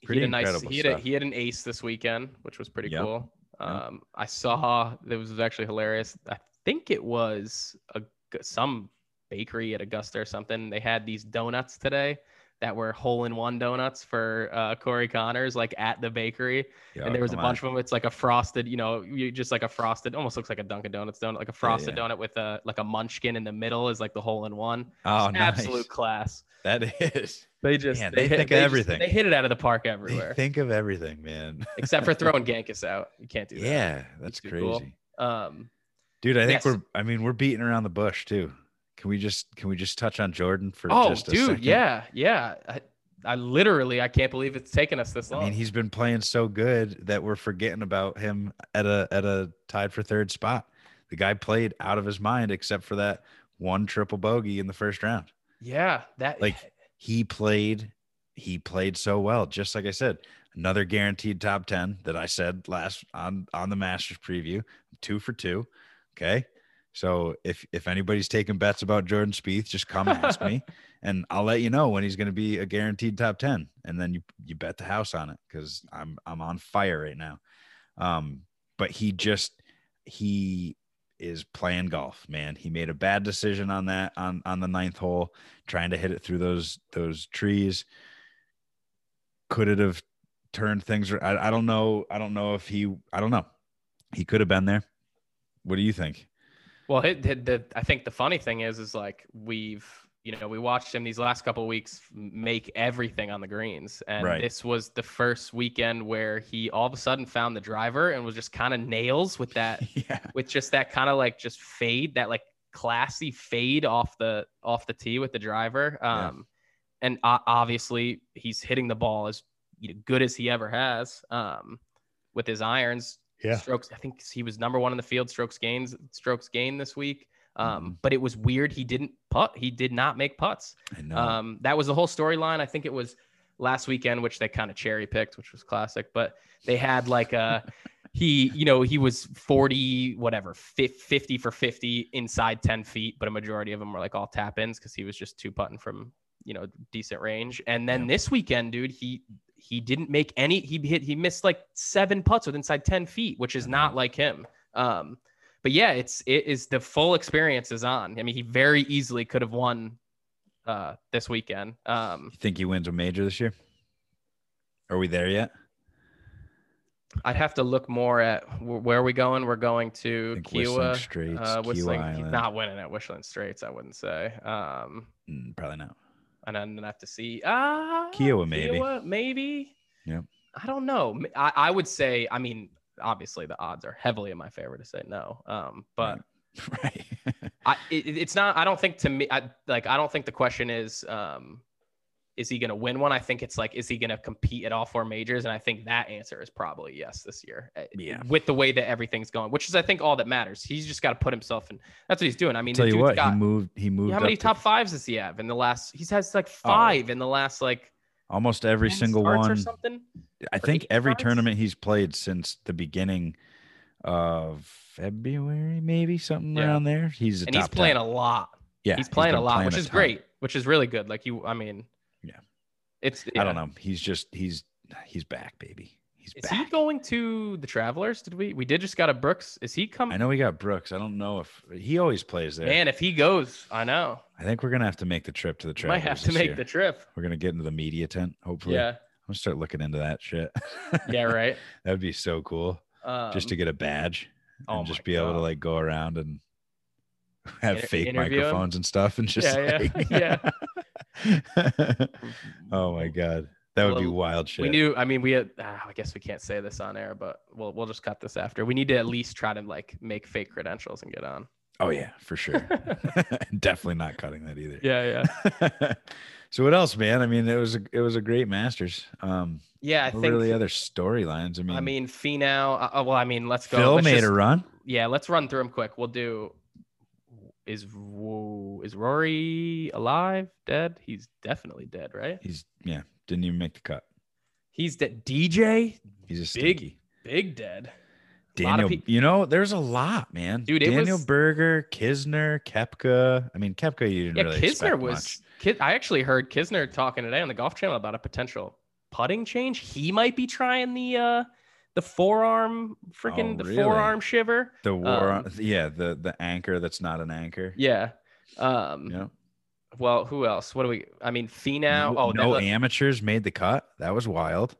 Speaker 4: he
Speaker 3: pretty
Speaker 4: had a nice
Speaker 3: incredible
Speaker 4: he had, a,
Speaker 3: stuff.
Speaker 4: he had an ace this weekend which was pretty
Speaker 3: Yep.
Speaker 4: cool
Speaker 3: Yep.
Speaker 4: um i saw that was actually hilarious i think it was a some bakery at augusta or something they had these donuts today that were hole in one donuts for uh, Corey Connors, like at the bakery.
Speaker 3: Yeah,
Speaker 4: and there was a
Speaker 3: come
Speaker 4: bunch
Speaker 3: on.
Speaker 4: of them. It's like a frosted, you know, you just like a frosted, almost looks like a Dunkin' Donuts donut, like a frosted donut with a like a munchkin in the middle is like the hole in one.
Speaker 3: oh
Speaker 4: It's
Speaker 3: nice.
Speaker 4: Absolute class.
Speaker 3: that is
Speaker 4: They just
Speaker 3: Man, they
Speaker 4: hit-
Speaker 3: think of
Speaker 4: just-
Speaker 3: everything.
Speaker 4: they hit it out of the park
Speaker 3: they
Speaker 4: everywhere
Speaker 3: think of everything man
Speaker 4: except for throwing Gankus out. You can't do that.
Speaker 3: yeah that's
Speaker 4: too
Speaker 3: crazy
Speaker 4: cool. Um,
Speaker 3: dude i think
Speaker 4: Yes.
Speaker 3: we're i mean we're beating around the bush too can we just can we just touch on jordan for
Speaker 4: oh,
Speaker 3: just a
Speaker 4: dude,
Speaker 3: second?
Speaker 4: yeah, yeah. I, I literally I can't believe it's taken us this
Speaker 3: I
Speaker 4: long.
Speaker 3: mean, he's been playing so good that we're forgetting about him at a at a tied for third spot. The guy played out of his mind, except for that one triple bogey in the first round.
Speaker 4: yeah, that
Speaker 3: Like- He played, he played so well. Just like I said, another guaranteed top ten that I said last on on the Masters preview. Two for two. Okay, so if if anybody's taking bets about Jordan Spieth, just come ask me, and I'll let you know when he's going to be a guaranteed top ten, and then you you bet the house on it because I'm I'm on fire right now. Um, but he just he is playing golf, man. He made a bad decision on that on on the ninth hole, trying to hit it through those those trees. Could it have turned things? ar- I, I don't know. I don't know if he. I don't know. He could have been there. What do you think?
Speaker 4: Well, it, the, the, I think the funny thing is, is like we've, you know, we watched him these last couple of weeks make everything on the greens, and
Speaker 3: Right.
Speaker 4: this was the first weekend where he all of a sudden found the driver and was just kind of nails with that,
Speaker 3: yeah.
Speaker 4: with just that kind of like just fade, that like classy fade off the off the tee with the driver.
Speaker 3: Yeah.
Speaker 4: Um, and uh, obviously he's hitting the ball as you know, good as he ever has. Um, with his irons,
Speaker 3: Yeah.
Speaker 4: strokes. I think he was number one in the field strokes gains strokes gain this week. Um,
Speaker 3: Mm-hmm.
Speaker 4: but it was weird. He didn't putt. He did not make putts.
Speaker 3: I know.
Speaker 4: Um, that was the whole storyline. I think it was last weekend, which they kind of cherry picked, which was classic. But they had like a he, you know, he was forty whatever, fif- fifty for fifty inside ten feet, but a majority of them were like all tap ins because he was just two putting from you know decent range. And then
Speaker 3: Yeah.
Speaker 4: this weekend, dude, he he didn't make any. He hit he missed like seven putts with inside ten feet, which is
Speaker 3: I
Speaker 4: not
Speaker 3: know.
Speaker 4: like him. Um, but yeah, it's it is the full experience is on. I mean, he very easily could have won uh this weekend. Um
Speaker 3: you think he wins a major this year? Are we there yet?
Speaker 4: I'd have to look more at wh- where are we going. We're going to
Speaker 3: Whistling
Speaker 4: Kiowa.
Speaker 3: Straits,
Speaker 4: Uh,
Speaker 3: Kiowa
Speaker 4: whistling, he's
Speaker 3: Island.
Speaker 4: not winning at Whistling Straits, I wouldn't say. Um,
Speaker 3: Mm, probably not.
Speaker 4: and then I'd have to see. Ah,
Speaker 3: Kiowa, maybe.
Speaker 4: Kiowa, maybe.
Speaker 3: Yep.
Speaker 4: I don't know. M- I, I would say. I mean, obviously the odds are heavily in my favor to say no. Um, but
Speaker 3: right.
Speaker 4: I, it, it- it's not. I don't think to me. I, like I don't think the question is, um, is he going to win one? I think it's like, is he going to compete at all four majors? And I think that answer is probably yes this year. Uh,
Speaker 3: Yeah.
Speaker 4: With the way that everything's going, which is I think all that matters. He's just got to put himself in. That's what he's doing. I mean,
Speaker 3: Tell
Speaker 4: the
Speaker 3: you
Speaker 4: dude's
Speaker 3: what,
Speaker 4: got-
Speaker 3: he moved. He moved.
Speaker 4: how many
Speaker 3: up to Oh.
Speaker 4: top fives does he have in the last? He's has like five in the last like
Speaker 3: Almost every
Speaker 4: 10
Speaker 3: single
Speaker 4: starts or
Speaker 3: one.
Speaker 4: something.
Speaker 3: I
Speaker 4: or
Speaker 3: think
Speaker 4: eight
Speaker 3: every
Speaker 4: starts?
Speaker 3: tournament he's played since the beginning of February, maybe something
Speaker 4: Yeah.
Speaker 3: around there. He's a
Speaker 4: And
Speaker 3: top
Speaker 4: he's playing
Speaker 3: 10.
Speaker 4: a lot.
Speaker 3: yeah,
Speaker 4: he's playing
Speaker 3: been
Speaker 4: a lot, which
Speaker 3: a
Speaker 4: is
Speaker 3: ton.
Speaker 4: great, which is really good. Like you, I mean,
Speaker 3: Yeah.
Speaker 4: it's.
Speaker 3: I
Speaker 4: yeah.
Speaker 3: don't know. He's just he's he's back, baby. He's
Speaker 4: Is he
Speaker 3: back.
Speaker 4: going to the Travelers? Did we? We did just got a Brooks. Is he
Speaker 3: I
Speaker 4: coming?
Speaker 3: know we got Brooks. I don't know if he always plays there.
Speaker 4: Man, if he goes, I know.
Speaker 3: I think we're gonna have to make the trip to the
Speaker 4: Might
Speaker 3: Travelers.
Speaker 4: have to
Speaker 3: this
Speaker 4: make
Speaker 3: year.
Speaker 4: the trip.
Speaker 3: We're gonna get into the media tent. Hopefully,
Speaker 4: Yeah.
Speaker 3: I'm gonna start looking into that shit.
Speaker 4: Yeah. Right.
Speaker 3: that'd be so cool.
Speaker 4: Um,
Speaker 3: just to get a badge
Speaker 4: oh
Speaker 3: and just
Speaker 4: my
Speaker 3: be able to
Speaker 4: God.
Speaker 3: like go around and have
Speaker 4: Inter-
Speaker 3: fake
Speaker 4: interview 'em?
Speaker 3: microphones and stuff and just
Speaker 4: Yeah, yeah,
Speaker 3: like- oh my god, that would be
Speaker 4: Well,
Speaker 3: wild shit.
Speaker 4: We knew. I mean, we. Had, ah, I guess we can't say this on air, but we'll we'll just cut this after. We need to at least try to like make fake credentials and get on.
Speaker 3: oh yeah, for sure. Definitely not cutting that either.
Speaker 4: Yeah. Yeah.
Speaker 3: so what else, man? I mean, it was a, it was a great Masters. Um,
Speaker 4: Yeah. I
Speaker 3: what
Speaker 4: think.
Speaker 3: were the other storylines? I mean,
Speaker 4: I mean, Finau. Uh, uh, well, I mean, let's go.
Speaker 3: Phil
Speaker 4: let's
Speaker 3: made
Speaker 4: just-
Speaker 3: a run.
Speaker 4: yeah, let's run through them quick. We'll do. Is whoa, is Rory alive? Dead? He's definitely dead, right?
Speaker 3: He's yeah, didn't even make the cut.
Speaker 4: He's dead. DJ,
Speaker 3: He's just
Speaker 4: Big
Speaker 3: stinky.
Speaker 4: big dead. A lot of
Speaker 3: Daniel,
Speaker 4: peop-
Speaker 3: you know, there's a lot, man.
Speaker 4: Dude, it
Speaker 3: Daniel
Speaker 4: was-
Speaker 3: Berger, Kisner, Kepka. I mean, Kepka, you didn't
Speaker 4: Yeah,
Speaker 3: really
Speaker 4: Kisner
Speaker 3: expect
Speaker 4: was.
Speaker 3: much.
Speaker 4: Ki- I actually heard Kisner talking today on the Golf Channel about a potential putting change. He might be trying the uh the forearm freaking
Speaker 3: Oh,
Speaker 4: the
Speaker 3: really?
Speaker 4: forearm shiver.
Speaker 3: the war.
Speaker 4: um,
Speaker 3: yeah, the the anchor that's not an anchor.
Speaker 4: Yeah. Um.
Speaker 3: You know?
Speaker 4: Well, who else? What do we? I mean, Finau.
Speaker 3: no,
Speaker 4: oh, that,
Speaker 3: no
Speaker 4: look-
Speaker 3: amateurs made the cut. That was wild.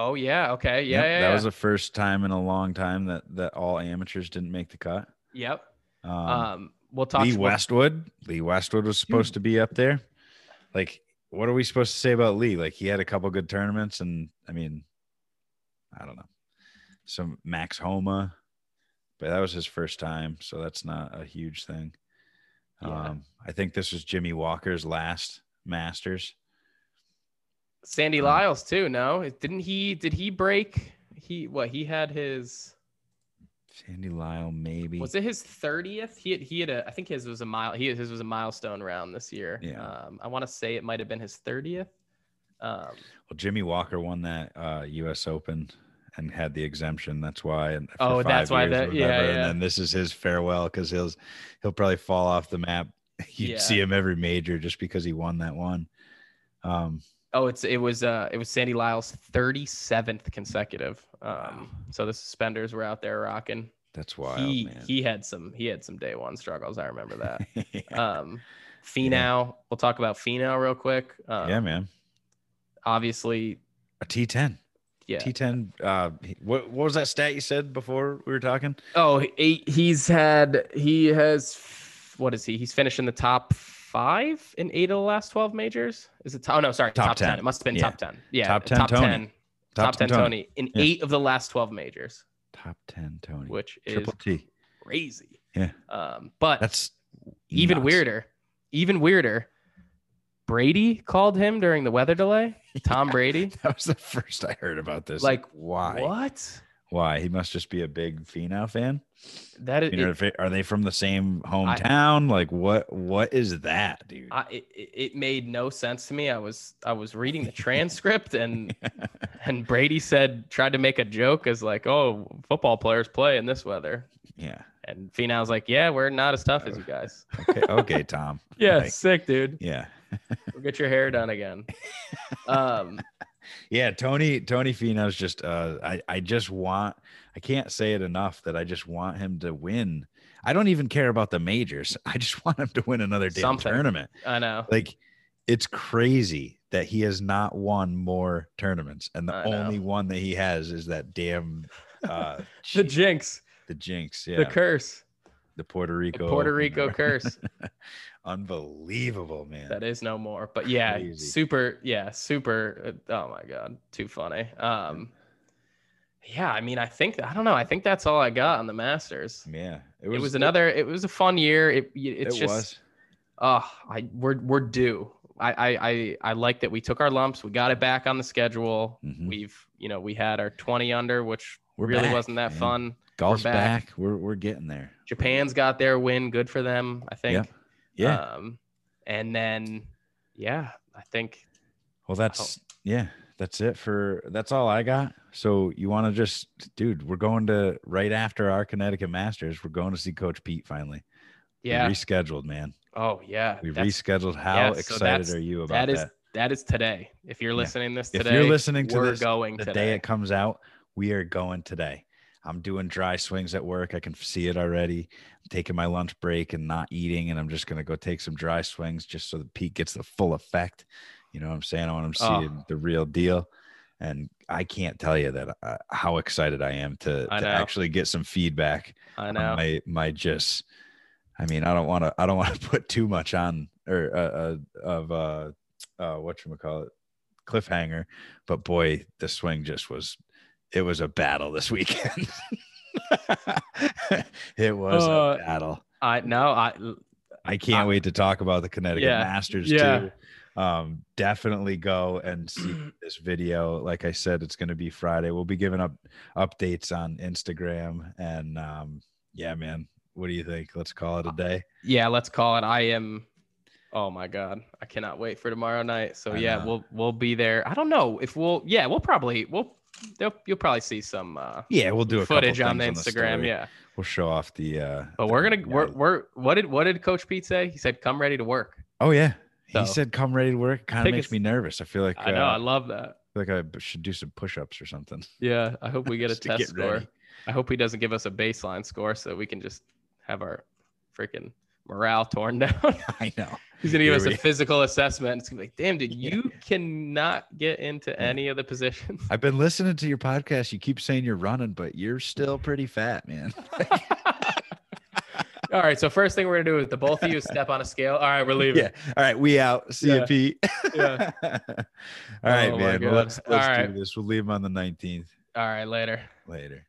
Speaker 4: oh yeah. Okay. Yeah.
Speaker 3: Yep,
Speaker 4: yeah,
Speaker 3: that
Speaker 4: yeah.
Speaker 3: was the first time in a long time that that all amateurs didn't make the cut.
Speaker 4: yep.
Speaker 3: Um,
Speaker 4: Um. We'll talk.
Speaker 3: Lee
Speaker 4: we'll-
Speaker 3: Westwood. Lee Westwood was supposed to be up there. Like, what are we supposed to say about Lee? Like, he had a couple good tournaments, and I mean, I don't know. Some Max Homa, but that was his first time, so that's not a huge thing.
Speaker 4: Yeah.
Speaker 3: Um, I think this was Jimmy Walker's last Masters.
Speaker 4: Sandy Lyles too. No, didn't he? Did he break? He what? He had his.
Speaker 3: Sandy Lyle, maybe.
Speaker 4: Was it his thirtieth? He had, he had a. I think his was a mile. He his was a milestone round this year.
Speaker 3: Yeah.
Speaker 4: Um, I want to say it might have been his thirtieth. Um,
Speaker 3: Well, Jimmy Walker won that uh, U.S. Open and had the exemption. That's why. And for
Speaker 4: Oh,
Speaker 3: five
Speaker 4: that's why
Speaker 3: years or
Speaker 4: that- yeah,
Speaker 3: whatever,
Speaker 4: yeah.
Speaker 3: And then this is his farewell because he'll he'll probably fall off the map. You
Speaker 4: Yeah.
Speaker 3: would see him every major just because he won that one. Um,
Speaker 4: oh, it's it was uh it was Sandy Lyles' thirty seventh consecutive. Um, so the suspenders were out there rocking.
Speaker 3: that's wild,
Speaker 4: he
Speaker 3: man.
Speaker 4: he had some he had some day one struggles. I remember that.
Speaker 3: yeah.
Speaker 4: um, Finau. We'll talk about Finau real quick. Um,
Speaker 3: yeah, man.
Speaker 4: Obviously,
Speaker 3: A T10.
Speaker 4: yeah.
Speaker 3: T10. Uh, he- what what was that stat you said before we were talking?
Speaker 4: Oh, he, he's had he has what is he? He's finished in the top five in eight of the last twelve majors. Is it? to- Oh no, sorry,
Speaker 3: Top
Speaker 4: top, ten.
Speaker 3: 10.
Speaker 4: It must have been
Speaker 3: Yeah.
Speaker 4: top ten. Yeah,
Speaker 3: Top 10 Tony.
Speaker 4: Top, ten, Tony, in
Speaker 3: Yeah.
Speaker 4: eight of the last twelve majors,
Speaker 3: Top 10 Tony.
Speaker 4: which is
Speaker 3: Triple T.
Speaker 4: crazy.
Speaker 3: Yeah.
Speaker 4: Um, but
Speaker 3: That's
Speaker 4: even
Speaker 3: nuts.
Speaker 4: weirder, even weirder. Brady called him during the weather delay. Tom Brady.
Speaker 3: That was the first I heard about this.
Speaker 4: Like,
Speaker 3: why?
Speaker 4: What?
Speaker 3: Why? He must just be a big Finau fan.
Speaker 4: That is.
Speaker 3: You know,
Speaker 4: it-
Speaker 3: if it- are they from the same hometown? like what? What is that, dude?
Speaker 4: I, it, it it made no sense to me. I was I was reading the transcript and and Brady said tried to make a joke as like, oh, football players play in this weather,
Speaker 3: yeah.
Speaker 4: and Finau's like, yeah, we're not as tough as you guys.
Speaker 3: Okay. Okay, Tom.
Speaker 4: Yeah,
Speaker 3: Like,
Speaker 4: sick dude.
Speaker 3: yeah.
Speaker 4: We'll get your hair done again. Um,
Speaker 3: Yeah. Tony. Tony Finau's just. Uh. I. I just want. I can't say it enough that I just want him to win. I don't even care about the majors. I just want him to win another damn
Speaker 4: Something.
Speaker 3: tournament.
Speaker 4: I know.
Speaker 3: Like, it's crazy that he has not won more tournaments, and the
Speaker 4: I know.
Speaker 3: only one that he has is that damn. Uh,
Speaker 4: The jinx,
Speaker 3: the jinx, yeah,
Speaker 4: the curse,
Speaker 3: the Puerto
Speaker 4: the
Speaker 3: Rico,
Speaker 4: Puerto
Speaker 3: opener.
Speaker 4: Rico curse.
Speaker 3: Unbelievable, man.
Speaker 4: That is no more. But yeah,
Speaker 3: Crazy.
Speaker 4: super. Yeah, super. uh, Oh my god, too funny. Um, yeah, I mean, I think I don't know. I think that's all I got on the Masters.
Speaker 3: yeah,
Speaker 4: It was, another. It was a fun year. It y-
Speaker 3: It,
Speaker 4: it's
Speaker 3: it
Speaker 4: just.
Speaker 3: was.
Speaker 4: Oh, I we're we're due. I, I I I like that we took our lumps. We got it back on the schedule.
Speaker 3: Mhm.
Speaker 4: We've you know we had our twenty under, which
Speaker 3: We're
Speaker 4: really
Speaker 3: back,
Speaker 4: wasn't that
Speaker 3: man.
Speaker 4: fun.
Speaker 3: Golf's
Speaker 4: we're back.
Speaker 3: back. We're we're getting there.
Speaker 4: Japan's got their win. Good for them, I think.
Speaker 3: Yeah.
Speaker 4: Um, and then yeah, I think
Speaker 3: well, that's yeah. That's it for that's all I got. So you want to just, dude? We're going to right after our Connecticut Masters. We're going to see Coach Pete finally. We
Speaker 4: yeah.
Speaker 3: rescheduled, man.
Speaker 4: Oh yeah.
Speaker 3: We
Speaker 4: That's-
Speaker 3: rescheduled. How
Speaker 4: yeah, so
Speaker 3: excited
Speaker 4: that's-
Speaker 3: are you about
Speaker 4: that is that is today. If you're
Speaker 3: Yeah.
Speaker 4: listening this
Speaker 3: If
Speaker 4: today,
Speaker 3: you're listening to
Speaker 4: we're
Speaker 3: this
Speaker 4: going
Speaker 3: the
Speaker 4: today.
Speaker 3: day it comes out, we are going today. I'm doing dry swings at work. I can see it already. I'm taking my lunch break and not eating, and I'm just gonna go take some dry swings just so that Pete gets the full effect. You know what I'm saying? I want him
Speaker 4: Oh.
Speaker 3: seeing the real deal. And I can't tell you that uh, how excited I am to,
Speaker 4: I
Speaker 3: to
Speaker 4: know.
Speaker 3: actually get some feedback
Speaker 4: I
Speaker 3: on
Speaker 4: know.
Speaker 3: my my just. I mean, I don't want to. I don't want to put too much on or uh, uh, of uh, uh, what you call it, cliffhanger. But boy, the swing just was. It was a battle this weekend. it was
Speaker 4: Uh,
Speaker 3: a battle.
Speaker 4: I no. I
Speaker 3: I can't
Speaker 4: I-
Speaker 3: wait to talk about the Connecticut
Speaker 4: Yeah,
Speaker 3: Masters
Speaker 4: yeah.
Speaker 3: too. Um, definitely go and see this video. Like I said, it's going to be Friday. We'll be giving up updates on Instagram and um, yeah, man. What do you think? Let's call it a day.
Speaker 4: yeah. Let's call it. I am. Oh my god, I cannot wait for tomorrow night. So
Speaker 3: I
Speaker 4: yeah,
Speaker 3: know.
Speaker 4: we'll we'll be there. I don't know if we'll. Yeah, we'll probably we'll. They'll, you'll probably see some uh,
Speaker 3: Yeah, we'll do a couple
Speaker 4: footage on the
Speaker 3: things
Speaker 4: Instagram.
Speaker 3: story.
Speaker 4: yeah,
Speaker 3: we'll show off the. uh
Speaker 4: but
Speaker 3: the-
Speaker 4: we're gonna
Speaker 3: yeah.
Speaker 4: we're, we're what did what did Coach Pete say? He said, "Come ready to work."
Speaker 3: oh yeah.
Speaker 4: So-
Speaker 3: He said, "Come ready to work." Kind of
Speaker 4: think
Speaker 3: makes
Speaker 4: it's-
Speaker 3: me nervous. I feel like
Speaker 4: I know. I
Speaker 3: Uh,
Speaker 4: love that.
Speaker 3: I feel like I should do some push-ups or something.
Speaker 4: Yeah, I hope we get a
Speaker 3: just to
Speaker 4: test
Speaker 3: get
Speaker 4: score.
Speaker 3: ready.
Speaker 4: I hope he doesn't give us a baseline score so that we can just have our freaking morale torn down.
Speaker 3: I know.
Speaker 4: He's gonna give
Speaker 3: Here
Speaker 4: us
Speaker 3: we-
Speaker 4: a physical assessment. It's gonna be like, damn, dude,
Speaker 3: Yeah. Mm.
Speaker 4: you cannot get into any of the positions.
Speaker 3: I've been listening to your podcast. You keep saying you're running, but you're still pretty fat, man.
Speaker 4: All right, so first thing we're gonna do is the both of you step on a scale. All right, we're leaving.
Speaker 3: yeah. All right. We out. See
Speaker 4: Yeah.
Speaker 3: you, Pete.
Speaker 4: Yeah.
Speaker 3: All right,
Speaker 4: Oh my
Speaker 3: man. Well,
Speaker 4: God.
Speaker 3: let's let's
Speaker 4: All
Speaker 3: do
Speaker 4: right.
Speaker 3: this. We'll leave him on the 19th
Speaker 4: All right, later.
Speaker 3: later.